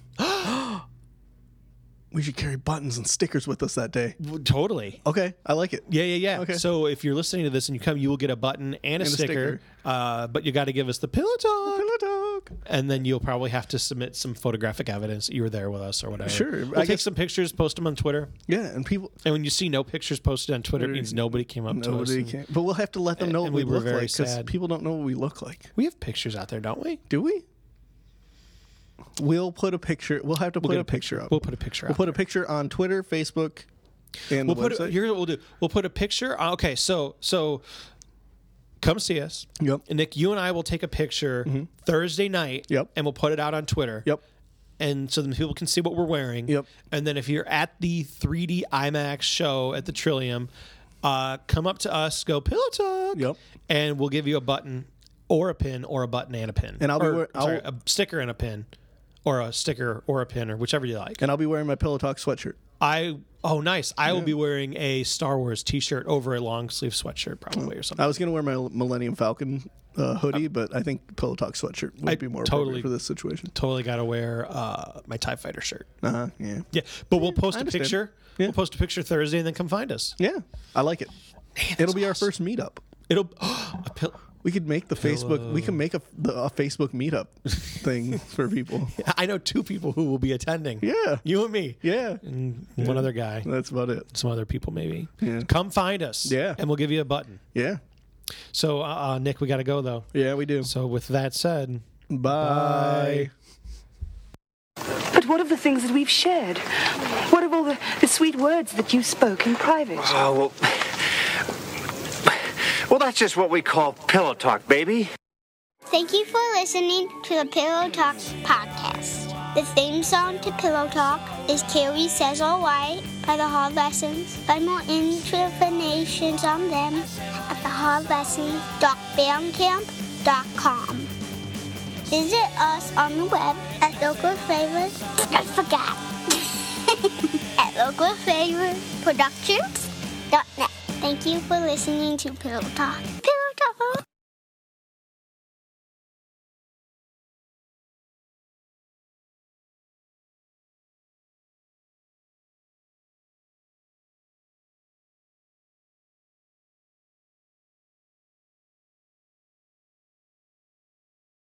S3: we should carry buttons and stickers with us that day.
S2: W- Totally.
S3: Okay, I like it.
S2: Yeah, yeah, yeah.
S3: Okay.
S2: So if you're listening to this and you come, you will get a button and a sticker.
S3: sticker.
S2: Uh, but you got to give us the pillow talk,
S3: Pillow talk.
S2: and then you'll probably have to submit some photographic evidence that you were there with us or whatever.
S3: Sure.
S2: We'll
S3: I
S2: take
S3: guess-
S2: some pictures, post them on Twitter,
S3: Yeah, and people
S2: and when you see no pictures posted on Twitter, it means nobody came up to us.
S3: nobody
S2: and-
S3: can, but we'll have to let them know what
S2: and
S3: we,
S2: we were
S3: look
S2: very
S3: like because
S2: sad.
S3: people don't know what we look like.
S2: We have pictures out there, don't we?
S3: Do we? We'll put a picture. We'll have to put
S2: get
S3: a
S2: a
S3: picture,
S2: picture.
S3: up.
S2: We'll put a picture
S3: We'll
S2: out
S3: put a picture on Twitter, Facebook, and
S2: We'll
S3: the
S2: put.
S3: website.
S2: A, here's what we'll do. We'll put a picture. uh, Okay, so so come see us.
S3: Yep.
S2: And Nick, you and I will take a picture Thursday night.
S3: Mm-hmm. Yep.
S2: And we'll put it out on Twitter.
S3: Yep.
S2: And so then people can see what we're wearing.
S3: Yep.
S2: And then if you're at the 3D IMAX show at the Trillium, uh, come up to us, go pillow talk.
S3: Yep.
S2: And we'll give you a button or a pin or a button and a pin.
S3: And I'll be
S2: Or,
S3: wear- I'll-
S2: sorry, a sticker and a pin. Or a sticker or a pin or whichever you like.
S3: And I'll be wearing my Pillow Talk sweatshirt.
S2: I oh nice. I will be wearing a Star Wars T-shirt over a long sleeve sweatshirt probably or something.
S3: I was gonna wear my Millennium Falcon uh, hoodie, but I think Pillow Talk sweatshirt would
S2: I
S3: be more
S2: totally-
S3: appropriate for this situation.
S2: totally got to wear uh, my Tie Fighter shirt.
S3: Uh huh. Yeah.
S2: Yeah, but we'll post a
S3: I understand.
S2: picture.
S3: Yeah.
S2: We'll post a picture Thursday and then come find us.
S3: Yeah. I like it. It'll be our
S2: awesome.
S3: first meetup.
S2: It'll <gasps> a pill-
S3: We could make the Facebook. We can make a, the, a Facebook meetup
S2: <laughs>
S3: thing for people.
S2: I know two people who will be attending.
S3: Yeah.
S2: you and me.
S3: Yeah.
S2: and one other guy.
S3: That's about it.
S2: Some other people maybe.
S3: Yeah.
S2: Come find us.
S3: Yeah.
S2: and we'll give you a button.
S3: Yeah.
S2: So uh, uh, Nick, we got to go though.
S3: Yeah. We do.
S2: So with that said.
S3: Bye.
S5: But what of the things that we've shared? What of all the, the sweet words that you spoke in private?
S6: Oh, well. Well, that's just what we call pillow talk, baby.
S4: Thank you for listening to the Pillow Talk podcast. The theme song to Pillow Talk is Carrie Says All Right by The Hard Lessons. Find more informations on them at thehardlessons.bandcamp.com. Visit us on the web at localflavors. I forgot. <laughs> at localfavorsproductions.net. Thank you for listening to Pillow Talk.